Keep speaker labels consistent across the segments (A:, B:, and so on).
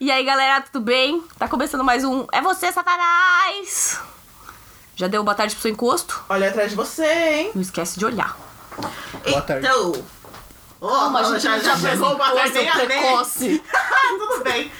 A: E aí, galera, tudo bem? Tá começando mais um É Você, Satanás! Já deu boa tarde pro seu encosto?
B: Olha atrás de você, hein?
A: Não esquece de olhar.
C: Boa tarde.
B: Então. Ô,
A: Calma,
B: mano,
A: gente,
B: já, já
A: já
B: pegou uma tarde
A: precoce,
B: bem a bem.
A: precoce.
B: Tudo bem.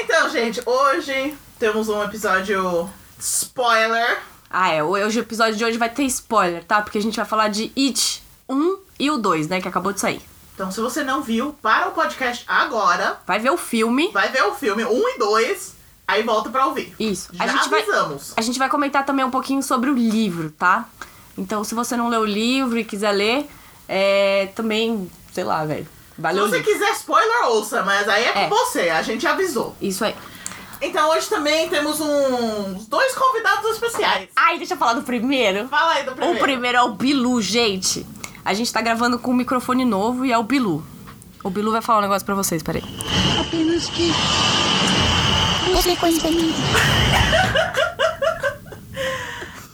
B: Então, gente, hoje temos um episódio spoiler.
A: Ah, é. Hoje o episódio de hoje vai ter spoiler, tá? Porque a gente vai falar de It 1 e o 2, né? Que acabou de sair.
B: Então, se você não viu, para o podcast agora,
A: Vai ver o filme.
B: vai ver o filme 1 e 2, aí volta pra ouvir.
A: Isso.
B: Já
A: A gente vai,
B: avisamos.
A: a gente vai comentar também um pouquinho sobre o livro, tá? Então, se você não leu o livro e quiser ler, é. Também, sei lá, velho. Valeu.
B: Se você quiser spoiler, ouça, mas aí é com
A: É.
B: você, a gente avisou.
A: Isso aí.
B: Então, hoje também temos uns dois convidados especiais.
A: Ai, deixa eu falar do primeiro.
B: Fala aí do primeiro.
A: O primeiro é o Bilu, gente. A gente tá gravando com um microfone novo e é o Bilu. O Bilu vai falar um negócio pra vocês, peraí.
D: apenas que
A: é
D: você conhece bem.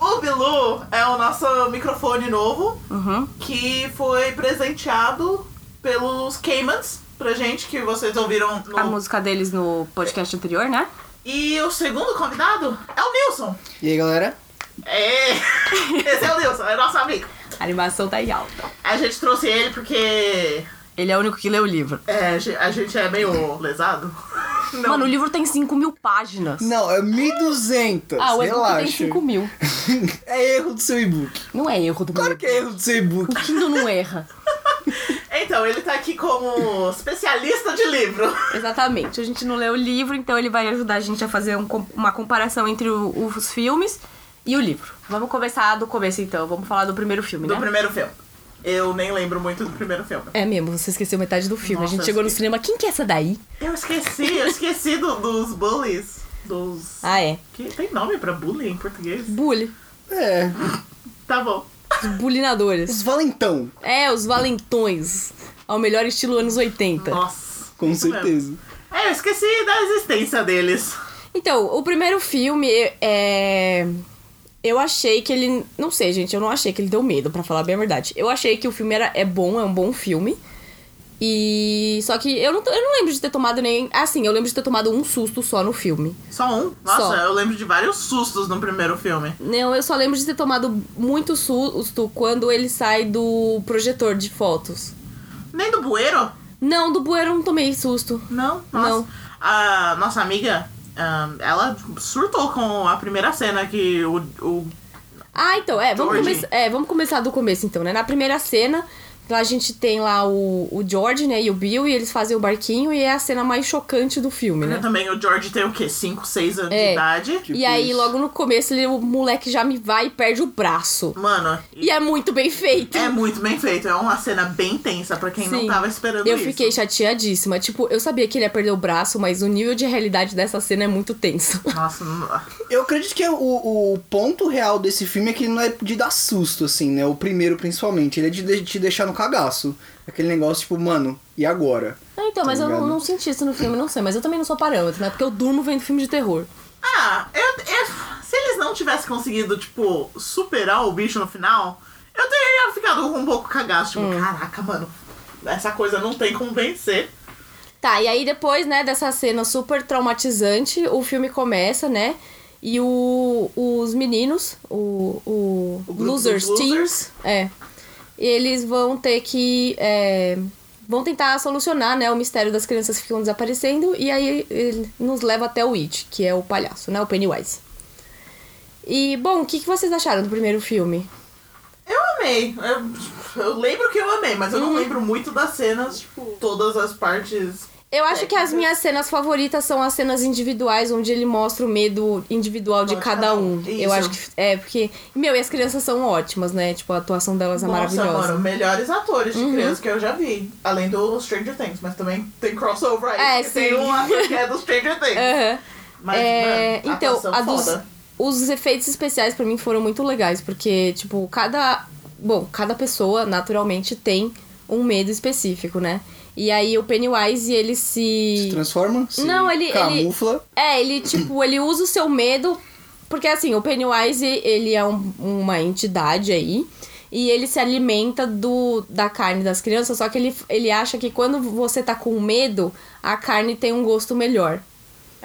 B: O Bilu é o nosso microfone novo.
A: Uhum.
B: que foi presenteado pelos Caymans pra gente, que vocês ouviram no...
A: A música deles no podcast anterior, né?
B: E o segundo convidado é o Nilson.
C: E aí, galera?
B: É, esse é o Nilson, é nosso amigo.
A: A animação tá em alta.
B: A gente trouxe ele porque
A: Ele é o único que leu o livro.
B: é, a gen- a gente é meio lesado. Não.
A: Mano, o livro tem 5 mil páginas.
C: Não, é 1200.
A: Ah, o e-book tem
C: Relaxa.
A: 5 mil.
C: é erro do seu e-book.
A: Não é erro do
C: Claro
A: meu.
C: que é erro do seu e-book.
A: O Kindle não erra.
B: Então, ele tá aqui como especialista de livro.
A: Exatamente. A gente não leu o livro, então ele vai ajudar a gente a fazer um com- uma comparação entre o- os filmes e o livro. Vamos começar do começo, então. Vamos falar do primeiro filme,
B: Do
A: né?
B: primeiro filme. Eu nem lembro muito do primeiro filme.
A: É mesmo, você esqueceu metade do filme.
B: Nossa,
A: a gente chegou no
B: esque-
A: cinema, quem que é essa daí?
B: Eu esqueci, eu esqueci do- dos bullies. Dos.
A: Ah, é.
B: Que, tem nome pra bullying em português?
A: Bully.
C: É,
B: Tá bom.
A: Os bulinadores.
C: os valentão,
A: É, os valentões. Ao melhor estilo anos 80.
B: Nossa.
C: com
B: isso mesmo.
C: certeza.
B: É, eu esqueci da existência deles.
A: Então, o primeiro filme é. Eu achei que ele. Não sei, gente, eu não achei que ele deu medo, pra falar bem a verdade. Eu achei que o filme era... é bom, é um bom filme. E. Só que eu não, eu não lembro de ter tomado nem. Assim, eu lembro de ter tomado um susto só no filme.
B: Só um? Nossa,
A: Só.
B: eu lembro de vários sustos no primeiro filme.
A: Não, eu só lembro de ter tomado muito susto quando ele sai do projetor de fotos.
B: Nem do bueiro?
A: Não, do bueiro eu não tomei susto.
B: Não? Nossa.
A: Não.
B: A nossa amiga, ahn, ela surtou com a primeira cena que o. o
A: Ah, então, é, vamos,
B: George.
A: começar- é, vamos começar do começo então, né? Na primeira cena, lá a gente tem lá o, o George, né, e o Bill, e eles fazem o barquinho, e é a cena mais chocante do filme, né?
B: Também o George tem o quê? 5, 6 anos
A: É.
B: de idade.
C: Tipo
A: e aí,
C: isso.
A: logo no começo, ele, o moleque já me vai e perde o braço.
B: Mano,
A: E é muito bem feito.
B: é muito bem feito. É uma cena bem tensa pra quem não
A: Sim.
B: tava esperando
A: Eu
B: isso.
A: fiquei chateadíssima. Tipo, eu sabia que ele ia perder o braço, mas o nível de realidade dessa cena é muito tenso.
B: Nossa, não-
C: Eu acredito que é o, o ponto real desse filme é que ele não é de dar susto, assim, né? O primeiro, principalmente. Ele é de, de te deixar no cagaço. Aquele negócio, tipo, mano, e agora?
A: Ah, então,
B: Tá
A: mas eu não,
C: ligado?
A: não senti isso no filme, não sei. Mas eu também não sou parâmetro, né? Porque eu durmo vendo filme de terror.
B: Ah, eu, eu- se eles não tivessem conseguido, tipo, superar o bicho no final, eu teria ficado um pouco cagaço. Tipo,
A: Hum.
B: caraca, mano, essa coisa não tem como vencer.
A: Tá, e aí depois, né, dessa cena super traumatizante, o filme começa, né? E o, os meninos, o, o,
B: grupo dos
A: Losers
B: losers.
A: Teams, é. Eles vão ter que. é, vão tentar solucionar, né, o mistério das crianças que ficam desaparecendo. E aí ele nos leva até o It, que é o palhaço, né? O Pennywise. E, bom, o que, que vocês acharam do primeiro filme?
B: Eu amei. Eu, eu lembro que eu amei, mas eu
A: Uhum.
B: não lembro muito das cenas, tipo, todas as partes.
A: Eu
B: É,
A: acho que as minhas cenas favoritas são as cenas individuais, onde ele mostra o medo individual de
B: Não, de
A: cada
B: cada
A: um.
B: um. Isso.
A: Eu acho que. É, porque. Meu, e as crianças são ótimas, né? Tipo, a atuação delas é
B: Nossa,
A: maravilhosa.
B: mano, melhores atores de
A: Uhum.
B: criança que eu já vi. Além do Stranger Things, mas também tem crossover aí.
A: É,
B: porque Tem
A: sim.
B: um ator que é do Stranger Things.
A: Aham.
B: Mas,
A: É,
B: mano,
A: então,
B: atuação
A: a dos-
B: foda.
A: os efeitos especiais pra mim foram muito legais, porque, tipo, cada. Bom, cada pessoa, naturalmente, tem um medo específico, né? E aí o Pennywise, ele
C: Se
A: se.
C: transforma? Se
A: Não, ele- ele-
C: Camufla.
A: É, ele, tipo, ele usa o seu medo. Porque, assim, o Pennywise, ele é um- uma entidade aí. E ele se alimenta do, da carne das crianças, só que ele, ele acha que quando você tá com medo, a carne tem um gosto melhor.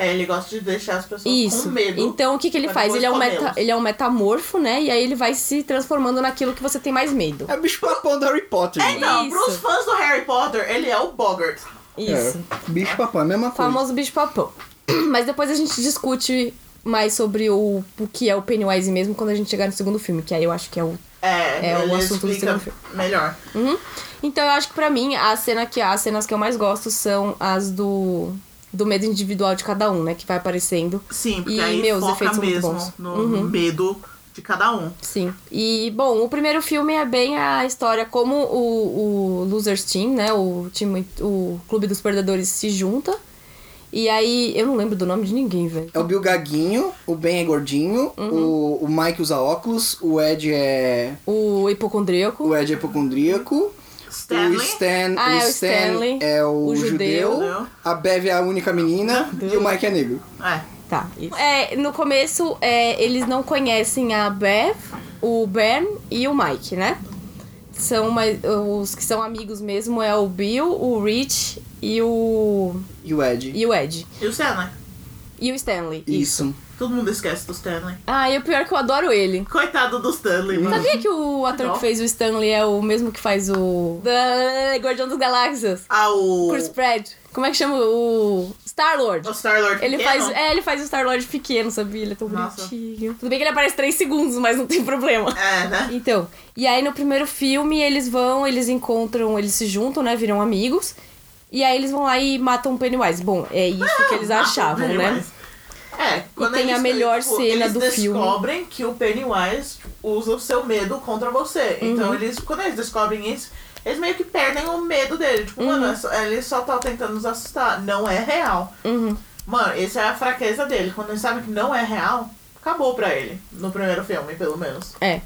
B: É, ele gosta de deixar as pessoas
A: Isso.
B: com medo.
A: Então o que, que ele
B: pra
A: faz?
B: depois
A: Ele é, um meta,
B: comê-los.
A: ele é um metamorfo, né? E aí ele vai se transformando naquilo que você tem mais medo.
C: É o bicho papão do Harry Potter.
B: É, então,
C: mano.
A: Isso.
B: pros fãs do Harry Potter, ele é o Bogart.
A: Isso.
C: É, bicho papão, é a mesma
A: O
C: coisa.
A: famoso bicho papão. Mas depois a gente discute mais sobre o, o que é o Pennywise mesmo quando a gente chegar no segundo filme, que aí eu acho que é o.
B: É,
A: É, o
B: ele
A: assunto do
B: explica
A: segundo filme.
B: melhor.
A: Uhum. Então eu acho que pra mim a cena que, as cenas que eu mais gosto são as do. do medo individual de cada um, né? Que vai aparecendo.
B: Sim, porque
A: E,
B: aí
A: meu, os
B: foca
A: efeitos são muito
B: mesmo
A: bons. Uhum.
B: no medo de cada um.
A: Sim. E, bom, o primeiro filme é bem a história como o, o Losers Team, né? O, time, o Clube dos Perdedores se junta. E aí, eu não lembro do nome de ninguém, velho.
C: É o Bill Gaguinho, o Ben é gordinho,
A: Uhum.
C: o, o Mike usa óculos, o Ed é.
A: O hipocondríaco.
C: O Ed é hipocondríaco. O
B: Stanley.
C: Stan,
A: Ah,
C: o
A: é o
C: Stan
A: Stanley,
C: é o,
A: o
C: judeu,
A: judeu.
C: a Bev é a única menina e o Mike é negro.
B: É.
A: Tá, isso. É, no começo, é, eles não conhecem a Bev, o Ben e o Mike, né? São mais, os que são amigos mesmo é o Bill, o Rich e o,
C: E o Ed.
A: e o Ed.
B: E o Stanley.
A: E o Stanley.
C: Isso.
B: Todo mundo esquece do Stanley.
A: Ah, e o pior é que eu adoro ele.
B: Coitado do Stanley, mano.
A: Sabia que o ator
B: Legal.
A: que fez o Stanley é o mesmo que faz o. Da Guardião das Galáxias.
B: Ah, o.
A: Chris Pratt. Como é que chama? O. Star-Lord.
B: O Star-Lord.
A: Ele
B: pequeno.
A: faz, é, ele faz o Star-Lord pequeno, sabia? Ele é tão
B: Nossa.
A: bonitinho. Tudo bem que ele aparece 3 segundos, mas não tem problema.
B: É, né?
A: Então, e aí no primeiro filme eles vão, eles encontram, eles se juntam, né? Viram amigos. E aí eles vão lá e matam o Pennywise. Bom, é isso que eles
B: Mata o
A: achavam, né?
B: Pennywise. É, quando
A: tem
B: eles-
A: a melhor
B: tipo,
A: cena
B: eles
A: do filme.
B: descobrem que o Pennywise usa o seu medo contra você.
A: Uhum.
B: Então, eles, quando eles descobrem isso, eles meio que perdem o medo dele. Tipo, mano, é só- ele só tá tentando nos assustar. Não é real.
A: Uhum.
B: Mano, essa é a fraqueza dele. Quando ele sabe que não é real, acabou pra ele. No primeiro filme, pelo menos.
A: É.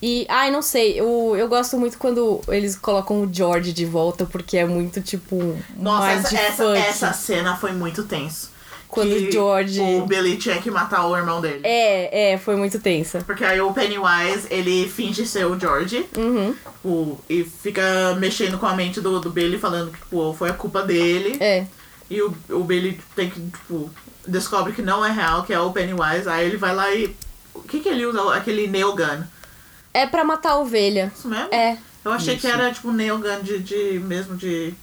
A: E, ai, não sei, eu, eu gosto muito quando eles colocam o George de volta, porque é muito tipo.
B: Nossa, essa, essa,
A: mindfuck.
B: essa cena foi muito tenso.
A: Quando
B: Que
A: o George-
B: O Billy tinha que matar o irmão dele.
A: É, é, foi muito tensa.
B: Porque aí o Pennywise, ele finge ser o George.
A: Uhum.
B: O, e fica mexendo com a mente do, do Billy, falando que, tipo, foi a culpa dele.
A: É.
B: E o, o Billy tem que, tipo, descobre que não é real, que é o Pennywise. Aí ele vai lá e... O que que ele usa? Aquele nail gun.
A: É pra matar a ovelha.
B: Isso mesmo?
A: É.
B: Eu achei que era, tipo, nail gun de, de mesmo de...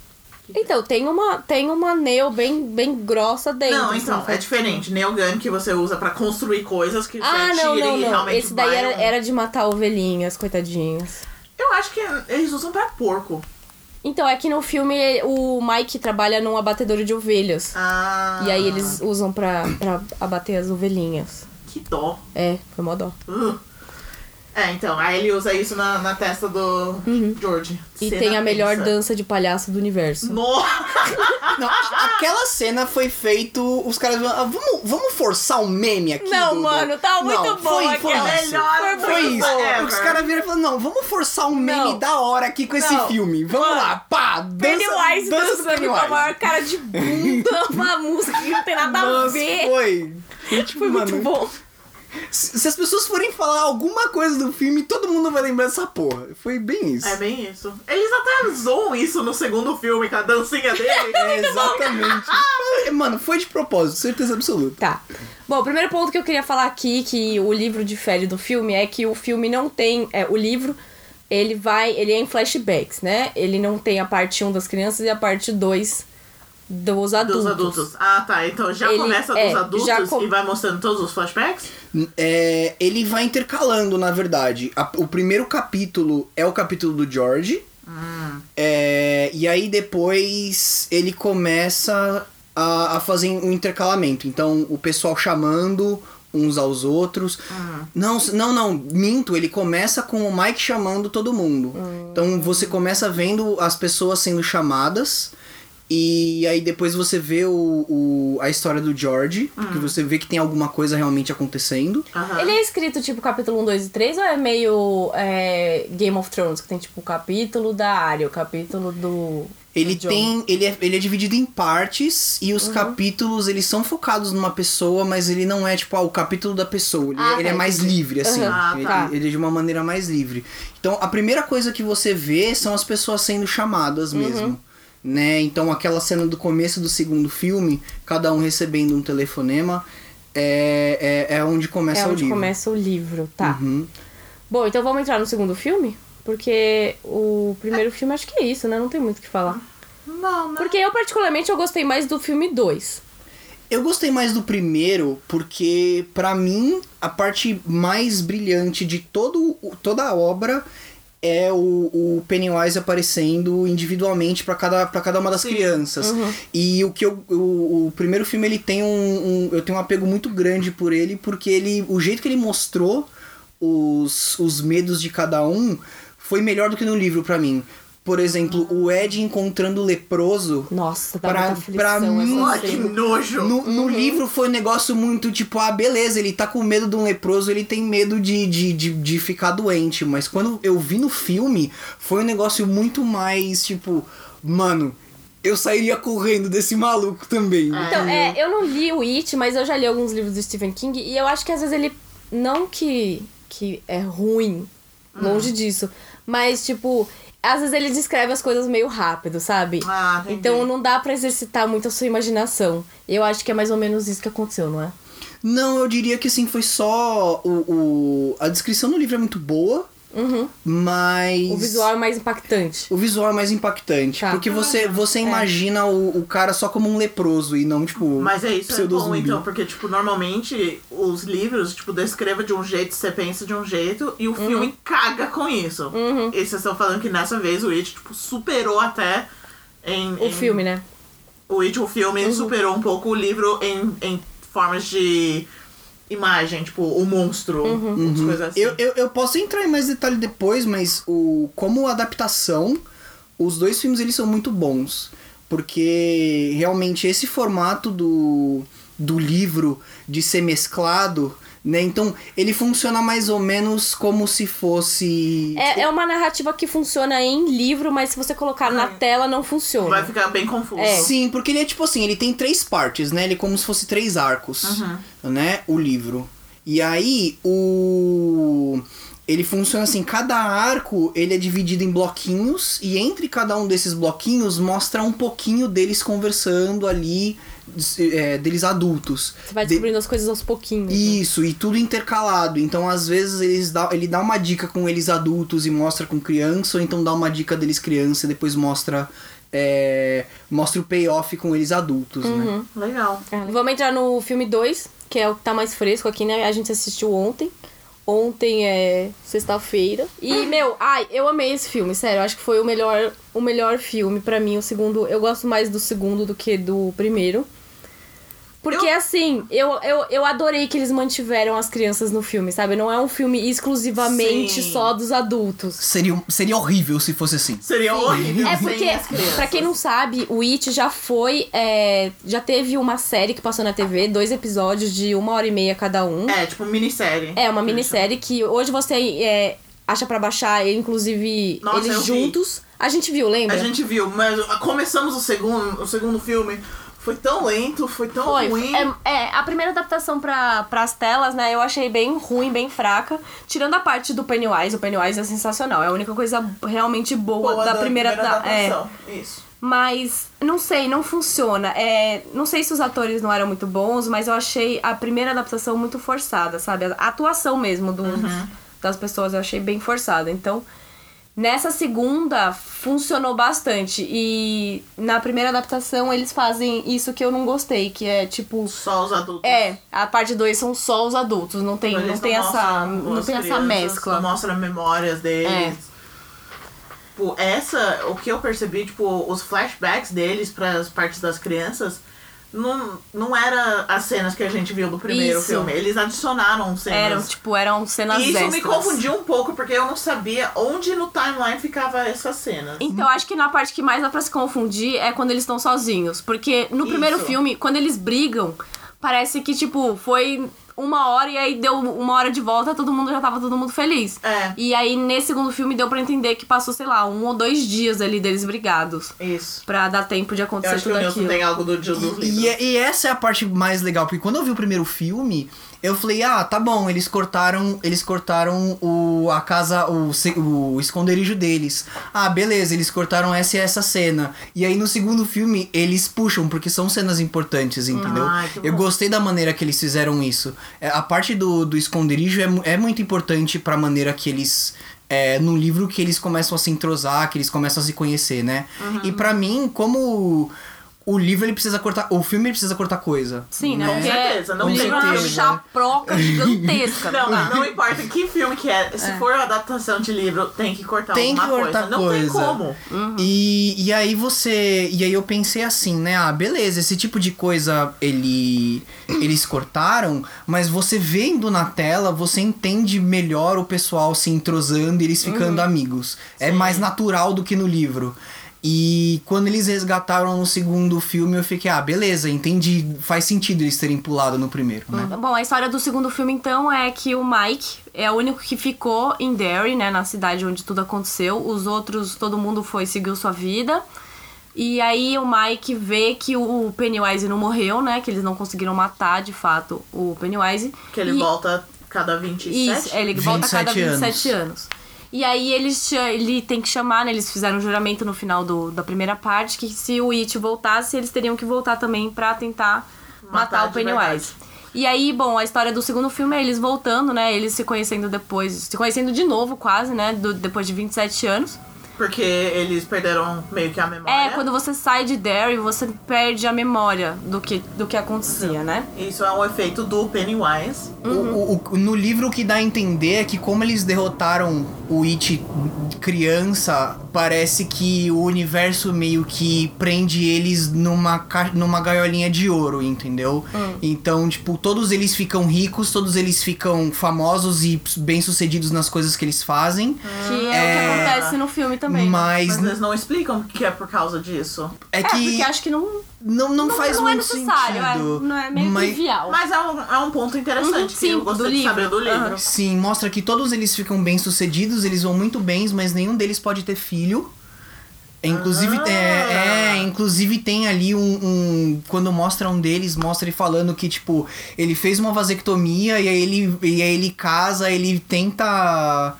A: Então, tem uma, tem uma nail bem, bem grossa dentro.
B: não,
A: assim,
B: então, é
A: faz-
B: diferente. Nail gun que você usa pra construir coisas que
A: Ah,
B: você
A: não,
B: atira
A: não,
B: e
A: não.
B: realmente
A: Esse daí
B: vai
A: era,
B: um-
A: era de matar ovelhinhas, coitadinhas.
B: Eu acho que eles usam pra porco.
A: Então, é que no filme o Mike trabalha num abatedouro de ovelhas.
B: Ah...
A: E aí eles usam pra, pra abater as ovelhinhas.
B: Que dó.
A: É, foi mó dó.
B: Uh. É, então, aí ele usa isso na, na testa do George.
A: Uhum. E
B: Cena
A: tem a melhor
B: tensa.
A: dança de palhaço do universo.
B: Nossa!
C: Ah, Não, a- aquela cena foi feito. Os caras. ah, vamos, vamos forçar o meme aqui.
A: Não,
C: Duda?
A: mano, tá muito
C: não,
A: bom
C: Foi, foi
A: aquela. É,
C: isso.
B: Melhor
A: Foi
C: Foi
B: dança
C: isso.
B: ever.
C: Os caras viram e falaram: não, vamos forçar um meme
A: Não.
C: da hora aqui com esse
A: Não.
C: filme. Vamos
A: Mano,
C: lá, pá, dança,
A: Pennywise
C: dança
A: dançando com a maior cara de bunda, uma música que não tem nada a
C: Nossa,
A: ver.
C: foi.
A: Tá Foi muito
C: Mano,
A: bom.
C: Se se as pessoas forem falar alguma coisa do filme, todo mundo vai lembrar dessa porra. Foi bem isso.
B: É bem isso. Eles até zoam isso no segundo filme, com a dancinha dele.
C: É, exatamente. Mas, Mano, foi de propósito, certeza absoluta.
A: Tá. Bom, o primeiro ponto que eu queria falar aqui, que o livro difere do filme, é que o filme não tem. É, o livro, ele vai. Ele é em flashbacks, né? Ele não tem a parte 1 das crianças e a parte 2 dos adultos.
B: Dos adultos. Ah, tá. Então já
A: Ele-
B: começa
A: é,
B: dos adultos
A: já com-
B: e vai mostrando todos os flashbacks?
C: É, ele vai intercalando, na verdade. A- o primeiro capítulo é o capítulo do George. É, e aí depois ele começa a, a fazer um intercalamento. Então o pessoal chamando uns aos outros. Não, s- não, não, minto, ele começa com o Mike chamando todo mundo. Então você começa vendo as pessoas sendo chamadas. E aí depois você vê o, o- a história do George, que você vê que tem alguma coisa realmente acontecendo.
B: Aham.
A: Ele é escrito tipo capítulo 1, 2 e 3 ou é meio é, Game of Thrones, que tem tipo o capítulo da área, o capítulo do.
C: Ele
A: John.
C: tem. Ele é, ele é dividido em partes e
A: Uhum.
C: os capítulos eles são focados numa pessoa, mas ele não é tipo ah, o capítulo da pessoa. Ele,
A: Ah,
C: ele é
A: tá,
C: mais
A: entendi.
C: livre, assim.
A: Uhum.
B: Ah,
C: Ele-
A: tá.
C: ele, é de uma maneira mais livre. Então a primeira coisa que você vê são as pessoas sendo chamadas
A: Uhum.
C: mesmo. Né? Então aquela cena do começo do segundo filme, cada um recebendo um telefonema, é, é, é onde começa
A: é
C: o
A: onde
C: livro.
A: começa o livro, tá.
C: Uhum.
A: Bom, então vamos entrar no segundo filme? Porque o primeiro filme acho que é isso, né? Não tem muito o que falar.
B: Não, né?
A: Porque eu, particularmente, eu gostei mais do filme 2.
C: Eu gostei mais do primeiro porque, pra mim, a parte mais brilhante de todo, o- toda a obra é o, o Pennywise aparecendo individualmente pra cada, pra cada uma das crianças. E o que eu, o, o primeiro filme ele tem um, um- eu tenho um apego muito grande por ele porque ele o jeito que ele mostrou os, os medos de cada um foi melhor do que no livro pra mim. Por exemplo, o Ed encontrando o leproso
A: Nossa, dá
C: Pra-
A: muita aflição. é
C: pra
A: essa
C: mim,
B: Ó,
A: cena.
B: que nojo.
C: no, no
A: Uhum.
C: livro foi um negócio muito tipo, ah, beleza, ele tá com medo de um leproso, ele tem medo de, de, de, de ficar doente. Mas quando eu vi no filme, foi um negócio muito mais tipo, mano, eu sairia correndo desse maluco também.
A: Então, é, eu não li o It, mas eu já li alguns livros do Stephen King e eu acho que às vezes ele. Não que, que é ruim, longe disso. Mas, tipo, às vezes ele descreve as coisas meio rápido, sabe?
B: Ah, entendi.
A: então não dá pra exercitar muito a sua imaginação. Eu acho que é mais ou menos isso que aconteceu, não é?
C: Não, eu diria que assim, foi só o, o- A descrição no livro é muito boa, mas.
A: Uhum. O visual é mais impactante.
C: O visual é mais impactante.
A: Tá.
C: Porque você, você imagina o, o cara só como um leproso e não, tipo.
B: Mas é isso, é bom
C: pseudozumbi.
B: então, porque, tipo, normalmente os livros, tipo, descreva de um jeito, você pensa de um jeito, e o
A: Uhum.
B: filme caga com isso. E vocês estão falando que nessa vez o It, tipo, superou até em.
A: O Uhum. filme, né?
B: O It, o filme, superou um pouco o livro em, em formas de imagem, tipo, o monstro,
A: Uhum.
B: umas coisas assim.
C: Eu, eu, eu posso entrar em mais detalhe depois, mas o como adaptação, os dois filmes eles são muito bons. Porque realmente esse formato do, do livro de ser mesclado, né? Então ele funciona mais ou menos como se fosse.
A: É, é uma narrativa que funciona em livro, mas se você colocar na tela, não funciona.
B: Vai ficar bem confuso.
A: É.
C: Sim, porque ele é tipo assim, ele tem três partes, né? Ele é como se fosse três arcos, né? O livro. E aí, o... Ele funciona assim, cada arco, ele é dividido em bloquinhos. E entre cada um desses bloquinhos, mostra um pouquinho deles conversando ali, des- é, deles adultos.
A: Você vai
C: De-
A: descobrindo as coisas aos pouquinhos. né?
C: isso, e tudo intercalado. Então, às vezes, eles dá, ele dá uma dica com eles adultos e mostra com criança, ou então dá uma dica deles criança e depois mostra, é, mostra o payoff com eles adultos,
B: Uhum.
C: né?
B: Ah, Legal.
A: Vamos entrar no filme 2, que é o que tá mais fresco aqui, né? A gente assistiu ontem. Ontem é sexta-feira. E, meu, ai, eu amei esse filme, sério. Acho que foi o melhor, o melhor filme pra mim. O segundo, eu gosto mais do segundo do que do primeiro. Porque, assim, eu, eu, eu adorei que eles mantiveram as crianças no filme, sabe? Não é um filme exclusivamente
B: Sim.
A: só dos adultos.
C: Seria, seria horrível se fosse assim.
B: Seria horrível.
A: É
B: sem as
A: porque,
B: crianças.
A: pra quem não sabe, o It já foi. é, já teve uma série que passou na TV, dois episódios de uma hora e meia cada um.
B: É, tipo, minissérie.
A: É, uma minissérie que hoje você é, acha pra baixar, inclusive,
B: Nossa, eu
A: eles
B: vi.
A: juntos. A gente viu, lembra?
B: A gente viu, mas começamos o segundo, o segundo filme. Foi tão lento, foi tão
A: Foi.
B: ruim.
A: É, é, a primeira adaptação pra, pras telas, né? Eu achei bem ruim, bem fraca. Tirando a parte do Pennywise, o Pennywise é sensacional. É a única coisa realmente boa, da, primeira, da- é.
B: adaptação. Isso.
A: Mas não sei, não funciona. É, não sei se os atores não eram muito bons, mas eu achei a primeira adaptação muito forçada, sabe? A atuação mesmo do,
B: Uhum.
A: das pessoas eu achei bem forçada. Então, nessa segunda funcionou bastante. E na primeira adaptação eles fazem isso que eu não gostei, que é tipo.
B: Só os adultos.
A: É, a parte 2 são só os adultos, não tem,
B: Eles
A: não tem, essa,
B: mostram
A: não
B: as
A: tem essa
B: crianças, Não
A: mescla.
B: mostra memórias deles.
A: É.
B: Tipo, essa, o que eu percebi, tipo, os flashbacks deles para as partes das crianças. Não, não era as cenas que a gente viu do primeiro
A: Isso.
B: filme. Eles adicionaram cenas.
A: Eram, tipo, eram cenas
B: e isso me
A: extras.
B: confundiu um pouco, porque eu não sabia onde no timeline ficava essa cena.
A: Então, acho que na parte que mais dá pra se confundir é quando eles estão sozinhos. Porque no primeiro
B: Isso.
A: filme, quando eles brigam, parece que, tipo, foi uma hora e aí deu uma hora de volta, todo mundo já tava todo mundo feliz.
B: É.
A: E aí nesse segundo filme deu pra entender que passou, sei lá, um ou dois dias ali deles brigados.
B: Isso.
A: Pra dar tempo de
B: Eu
A: acontecer
B: acho que o
A: tudo
B: Nilson
A: aquilo.
B: tem algo do Gil dos
C: E,
B: livros.
C: e essa é a parte mais legal, porque quando eu vi o primeiro filme, eu falei, ah, tá bom, eles cortaram, eles cortaram o a casa, o, se- o esconderijo deles. Ah, beleza, eles cortaram essa e essa cena. E aí no segundo filme eles puxam, porque são cenas importantes, entendeu?
B: Ai, que
C: eu
B: bom.
C: gostei da maneira que eles fizeram isso. É, A parte do, do esconderijo é, mu- é muito importante pra maneira que eles é, no livro que eles começam a se entrosar, que eles começam a se conhecer, né?
A: Uhum.
C: E pra mim, como o livro ele precisa cortar, o filme ele precisa cortar coisa.
A: Sim, né?
B: Com
A: Porque
B: certeza, não
A: o
B: tem
A: livro é uma
C: certeza.
A: chaproca gigantesca.
B: Não,
A: dá.
B: não importa que filme que é. Se for adaptação de livro, tem que cortar
C: Tem que
B: alguma
C: cortar
B: coisa. Não tem
C: coisa.
B: como.
C: Uhum. E, e aí você. E aí eu pensei assim, né? Ah, beleza, esse tipo de coisa ele, eles cortaram, mas você vendo na tela, você entende melhor o pessoal se entrosando e eles ficando amigos. É mais natural do que no livro. E quando eles resgataram no segundo filme, eu fiquei, ah, beleza, entendi. Faz sentido eles terem pulado no primeiro, né?
A: Bom, a história do segundo filme, então, é que o Mike é o único que ficou em Derry, né? Na cidade onde tudo aconteceu. Os outros, todo mundo foi, seguiu sua vida. E aí o Mike vê que o Pennywise não morreu, né? Que eles não conseguiram matar, de fato, o Pennywise.
B: Que ele
A: E-
B: volta cada 27.
A: isso, é, ele volta a cada
C: 27
A: 27 anos. E aí eles, cha- ele tem que chamar, né? Eles fizeram um juramento no final do, da primeira parte que se o It voltasse, eles teriam que voltar também pra tentar matar,
B: Matar
A: o
B: de
A: Pennywise. E aí, bom, a história do segundo filme é eles voltando, né? Eles se conhecendo depois, se conhecendo de novo quase, né? do- depois de 27 anos.
B: Porque eles perderam meio que a memória.
A: É, quando você sai de Derry, você perde a memória do que, do que acontecia, né?
B: Isso é um efeito do Pennywise.
C: O-
A: Uhum.
C: o- o- no livro o que dá a entender é que como eles derrotaram o It criança, parece que o universo meio que prende eles numa, ca- numa gaiolinha de ouro, entendeu?
A: Hum.
C: Então, tipo, todos eles ficam ricos, todos eles ficam famosos e bem-sucedidos nas coisas que eles fazem.
A: Que é, o que
C: É.
A: acontece no filme também. né?
C: Mas,
B: Mas eles não explicam que é por causa disso.
C: é
A: É,
C: que
A: porque acho que não,
C: não, não,
A: não,
C: faz
A: não é
C: muito
A: necessário, é,
C: sentido.
A: não é meio
C: mas-
A: trivial.
B: Mas é um, é um ponto interessante
A: Uhum,
B: que
A: sim,
B: eu
A: do
B: gostei de
A: livro.
B: saber do livro.
A: Aham.
C: Sim, mostra que todos eles ficam bem sucedidos, eles vão muito bem, mas nenhum deles pode ter filho. Inclusive,
B: Ah.
C: é, é, inclusive tem ali um, um- Quando mostra um deles, mostra ele falando que, tipo, ele fez uma vasectomia e aí ele, e aí ele casa, ele tenta.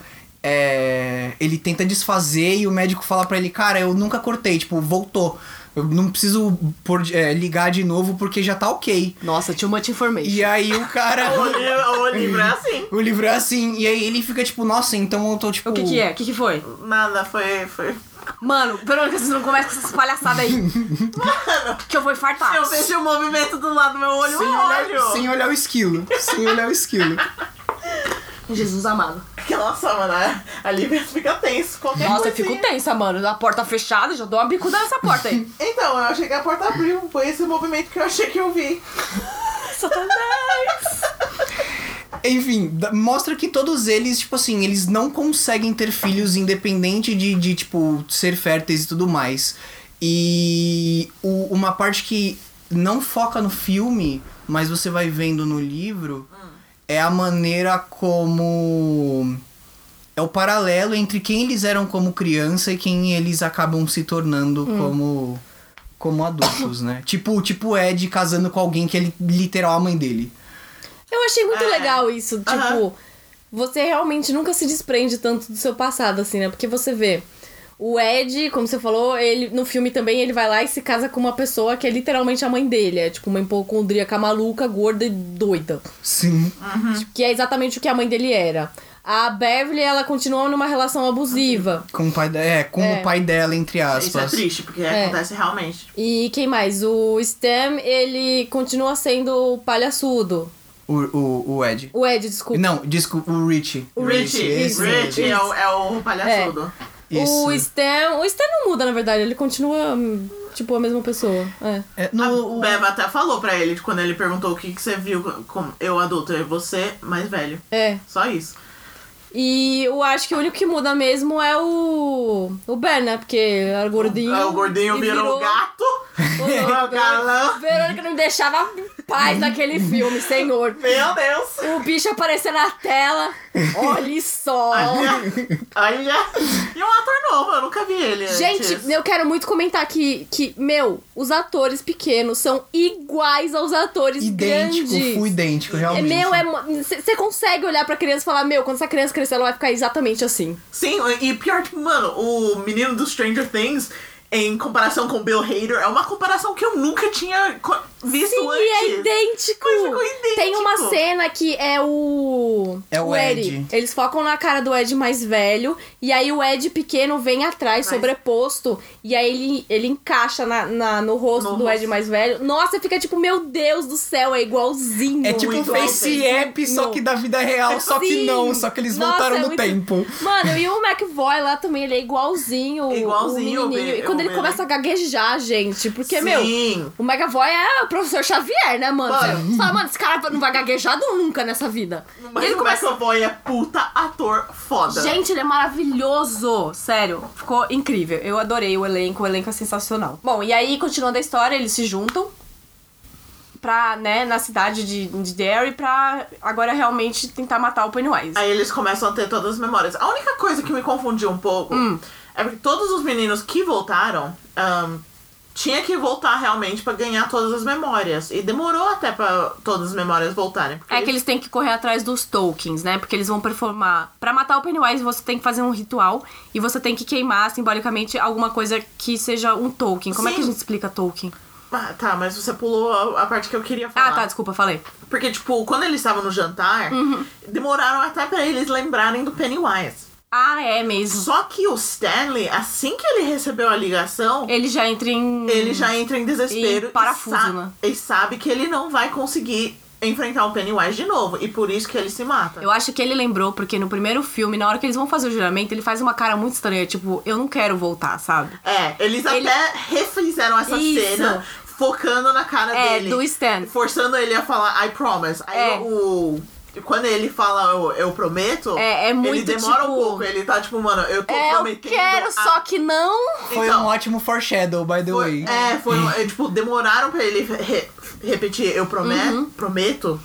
C: é, ele tenta desfazer e o médico fala pra ele, cara, eu nunca cortei, tipo, voltou. Eu não preciso pôr de- é, ligar de novo porque já tá ok.
A: Nossa, too much information.
C: E aí o cara.
B: O, livro, o livro é assim.
C: O livro é assim, e aí ele fica tipo, nossa, então eu tô tipo.
A: O que que é? O que que foi?
B: Nada, foi. foi...
A: Mano, Verônica, vocês não começam com essas palhaçadas aí. que eu vou infartar.
B: Eu vejo o movimento do lado do meu olho, é um
C: Sem olhar,
B: olho.
C: sem olhar o esquilo. Sem olhar o esquilo.
A: Jesus amado.
B: Porque, nossa, mano, a- ali mesmo fica tenso. Qualquer
A: Nossa, eu
B: coisinha.
A: fico tensa, mano. A porta fechada, já dou uma bicuda nessa porta aí.
B: Então, eu achei que a porta abriu. Foi esse o movimento que eu achei que eu vi.
A: Satanás.
C: Enfim, da- mostra que todos eles, tipo assim, eles não conseguem ter filhos independente de, de tipo, ser férteis e tudo mais. E o- uma parte que não foca no filme, mas você vai vendo no livro, é a maneira como. É o paralelo entre quem eles eram como criança e quem eles acabam se tornando como. Como adultos, né? Tipo, tipo o Ed casando com alguém que é li- literal a mãe dele.
A: Eu achei muito
B: É.
A: legal isso. Tipo,
B: Aham.
A: você realmente nunca se desprende tanto do seu passado, assim, né? Porque você vê. O Ed, como você falou, ele no filme também ele vai lá e se casa com uma pessoa que é literalmente a mãe dele. É tipo uma hipocondríaca maluca, gorda e doida.
C: Sim.
B: Hum.
A: Que é exatamente o que a mãe dele era. A Beverly, ela continua numa relação abusiva.
C: Com o pai dela. É, com
A: É.
C: o pai dela, entre
B: Isso é
C: aspas.
B: triste, porque
A: É.
B: acontece realmente.
A: E quem mais? O Stem, ele continua sendo palhaçudo.
C: o, o, o Ed.
A: O Ed, desculpa.
C: Não, desculpa, o Richie.
A: O
B: Richie,
C: esse
B: Richie
C: mesmo.
B: é, o, é o palhaçudo.
A: É. O
C: Isso.
A: Stem. O Stem não muda, na verdade. Ele continua, hum, tipo, a mesma pessoa. É.
C: É, no,
B: O
C: o-
B: Beba até falou pra ele, quando ele perguntou o que, que você viu como eu adulto, e você mais velho.
A: É.
B: Só isso.
A: E eu acho que o único que muda mesmo é o. O Ben, né? Porque era gordinho.
B: É, o gordinho
A: e
B: virou, gato. Ô, galã.
A: Verônica não me deixava em paz naquele filme, senhor.
B: Meu Deus.
A: O bicho aparecendo na tela. Olha só.
B: Olha. E um ator novo, eu nunca vi ele. antes.
A: Gente, eu quero muito comentar aqui que, meu, os atores pequenos são iguais aos atores
C: idêntico,
A: grandes.
C: fui idêntico,
A: É
C: realmente.
A: meu, é. Você consegue olhar pra criança e falar, meu, quando essa criança crescer, ela vai ficar exatamente assim.
B: Sim, e pior que, mano, o menino do Stranger Things, em comparação com o Bill Hader, é uma comparação que eu nunca tinha co- visto
A: Sim,
B: antes.
A: é idêntico.
B: Mas ficou idêntico.
A: Tem uma cena que é o.
C: É o Ed.
A: Eles focam na cara do Ed mais velho. E aí o Ed pequeno vem atrás,
B: Mas-
A: sobreposto. E aí ele, ele encaixa na, na- no rosto
B: No
A: do Ed
B: rosto.
A: mais velho. Nossa, fica tipo, meu Deus do céu, é igualzinho.
C: É tipo um
B: Muito
C: face
A: igualzinho.
C: app, só
A: Não. É
C: que da vida real, só que
A: Sim.
C: não, só que eles
A: Nossa,
C: voltaram
A: é
C: no
A: muito-
C: tempo.
A: Mano, e o McVoy lá também, ele é igualzinho.
B: Igualzinho
A: O
B: o
A: menininho.
B: Ben-
A: E quando
B: o
A: ele
B: Ben.
A: começa a gaguejar, gente, porque, é meu.
B: Sim.
A: O Megavoy é o professor Xavier, né, mano?
B: Mano.
A: Você fala, mano, esse cara não vai gaguejar nunca nessa vida.
B: Mas
A: e ele
B: o
A: começa.
B: McAvoy é puta ator foda.
A: Gente, ele é maravilhoso! Sério, ficou incrível. Eu adorei o elenco, o elenco é sensacional. Bom, e aí, continuando a história, eles se juntam pra, né, na cidade de, de Derry pra agora realmente tentar matar o Pennywise.
B: Aí eles começam a ter todas as memórias. A única coisa que me confundiu um pouco
A: Hum.
B: é porque todos os meninos que voltaram ahn, tinha que voltar realmente pra ganhar todas as memórias. E demorou até pra todas as memórias voltarem. porque
A: É que eles têm que correr atrás dos tokens, né? Porque eles vão performar. Pra matar o Pennywise, você tem que fazer um ritual e você tem que queimar simbolicamente alguma coisa que seja um token. Como é que a
B: Sim.
A: gente explica token?
B: Ah, tá, mas você pulou a, a parte que eu queria falar.
A: Ah, tá, desculpa, falei.
B: Porque, tipo, quando eles estavam no jantar,
A: Uhum.
B: demoraram até pra eles lembrarem do Pennywise.
A: Ah, é mesmo.
B: Só que o Stanley, assim que ele recebeu a ligação,
A: Ele já entra em.
B: ele já entra em desespero.
A: E parafuso,
B: sa-
A: né?
B: E sabe que ele não vai conseguir enfrentar o Pennywise de novo. E por isso que ele se mata.
A: Eu acho que ele lembrou, porque no primeiro filme, na hora que eles vão fazer o juramento, ele faz uma cara muito estranha, tipo, eu não quero voltar, sabe?
B: É, eles
A: Ele-
B: até refizeram essa
A: Isso.
B: cena. Focando na cara
A: É,
B: dele.
A: do Stan.
B: Forçando ele a falar, I promise. Aí
A: É.
B: o... Quando ele fala, eu, eu prometo...
A: É, é
B: Ele
A: muito,
B: demora um
A: tipo-
B: pouco. Ele tá tipo, mano, eu tô
A: É, eu
B: prometendo...
A: quero,
B: a-
A: só que não.
C: Foi
B: Então,
C: um ótimo foreshadow, by the
B: Foi-
C: way.
B: é, foi um- é, tipo, demoraram pra ele re- repetir, eu prometo,
A: Uhum.
B: prometo.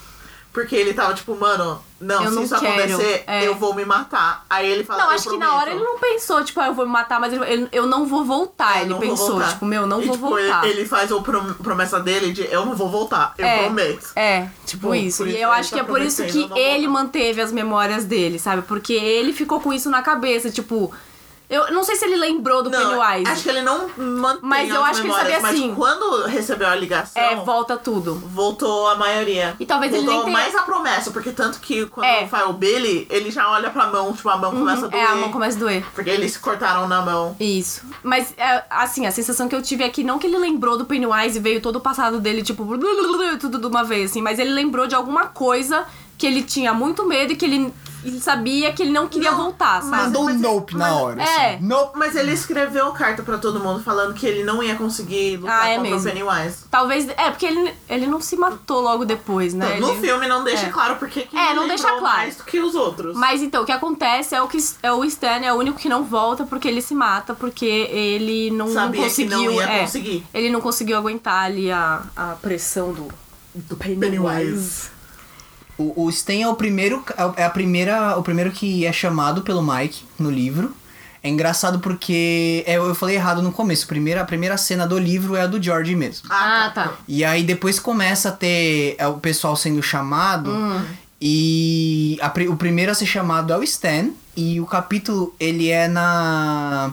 B: Porque ele tava tipo, mano, não,
A: Eu
B: se
A: não
B: isso
A: quero,
B: acontecer,
A: é.
B: eu vou me matar. Aí ele fala,
A: Não,
B: Ah, eu
A: acho que na hora ele
B: prometo.
A: não pensou, tipo, ah, eu vou me matar, mas ele- ele- eu não vou voltar.
B: Eu
A: ele
B: não vou
A: pensou,
B: voltar.
A: tipo, meu, não
B: E,
A: vou
B: tipo,
A: voltar.
B: Ele, ele faz a prom- promessa dele de eu não vou voltar, eu
A: É,
B: prometo.
A: É, tipo
B: Bom,
A: isso.
B: por
A: E
B: isso
A: eu
B: ele
A: acho
B: tá
A: que é por isso que
B: prometendo não
A: ele
B: voltar.
A: manteve as memórias dele, sabe? Porque ele ficou com isso na cabeça, tipo. Eu não sei se ele lembrou do
B: Não,
A: Pennywise.
B: acho que ele não mantém
A: Mas eu
B: as
A: acho que ele
B: memórias,
A: sabia
B: mas
A: assim.
B: quando recebeu a ligação,
A: É, volta tudo.
B: voltou a maioria.
A: E talvez ele
B: voltou
A: nem tenha-
B: mais a promessa, porque tanto que quando
A: É.
B: faz o Billy, ele já olha pra mão, tipo, a mão começa a doer.
A: É, a mão começa a doer.
B: Porque eles se cortaram na mão.
A: Isso. Mas, é, assim, a sensação que eu tive é que não que ele lembrou do Pennywise e veio todo o passado dele, tipo, tudo de uma vez, assim, mas ele lembrou de alguma coisa que ele tinha muito medo e que ele, ele sabia que ele não queria
B: Não,
A: voltar, sabe?
B: mas-
C: Mandou um nope na
B: mas-
C: hora.
A: é.
C: assim. Nope.
B: Mas ele escreveu carta pra todo mundo falando que ele não ia conseguir lutar
A: Ah, é
B: contra
A: mesmo.
B: o Pennywise.
A: Talvez. É, porque ele, ele não se matou logo depois, né?
B: Então, No
A: Ele-
B: filme não deixa
A: é.
B: claro porque que
A: É,
B: ele
A: não
B: lembrou
A: deixa claro.
B: mais do que os outros.
A: Mas então, o que acontece é o que é o Stan é o único que não volta porque ele se mata, porque ele não, não
B: Sabia que
A: conseguiu.
B: não ia
A: é,
B: conseguir.
A: Ele não conseguiu aguentar ali a, a pressão do, do Pennywise.
B: Pennywise.
A: Hum.
C: O, o Stan é o primeiro. É a primeira, o primeiro que é chamado pelo Mike no livro. É engraçado porque. é, eu falei errado no começo. A primeira, a primeira cena do livro é a do George mesmo.
A: Ah, tá.
C: E aí depois começa a ter é, o pessoal sendo chamado. E a pri- o primeiro a ser chamado é o Stan. E o capítulo, ele é na.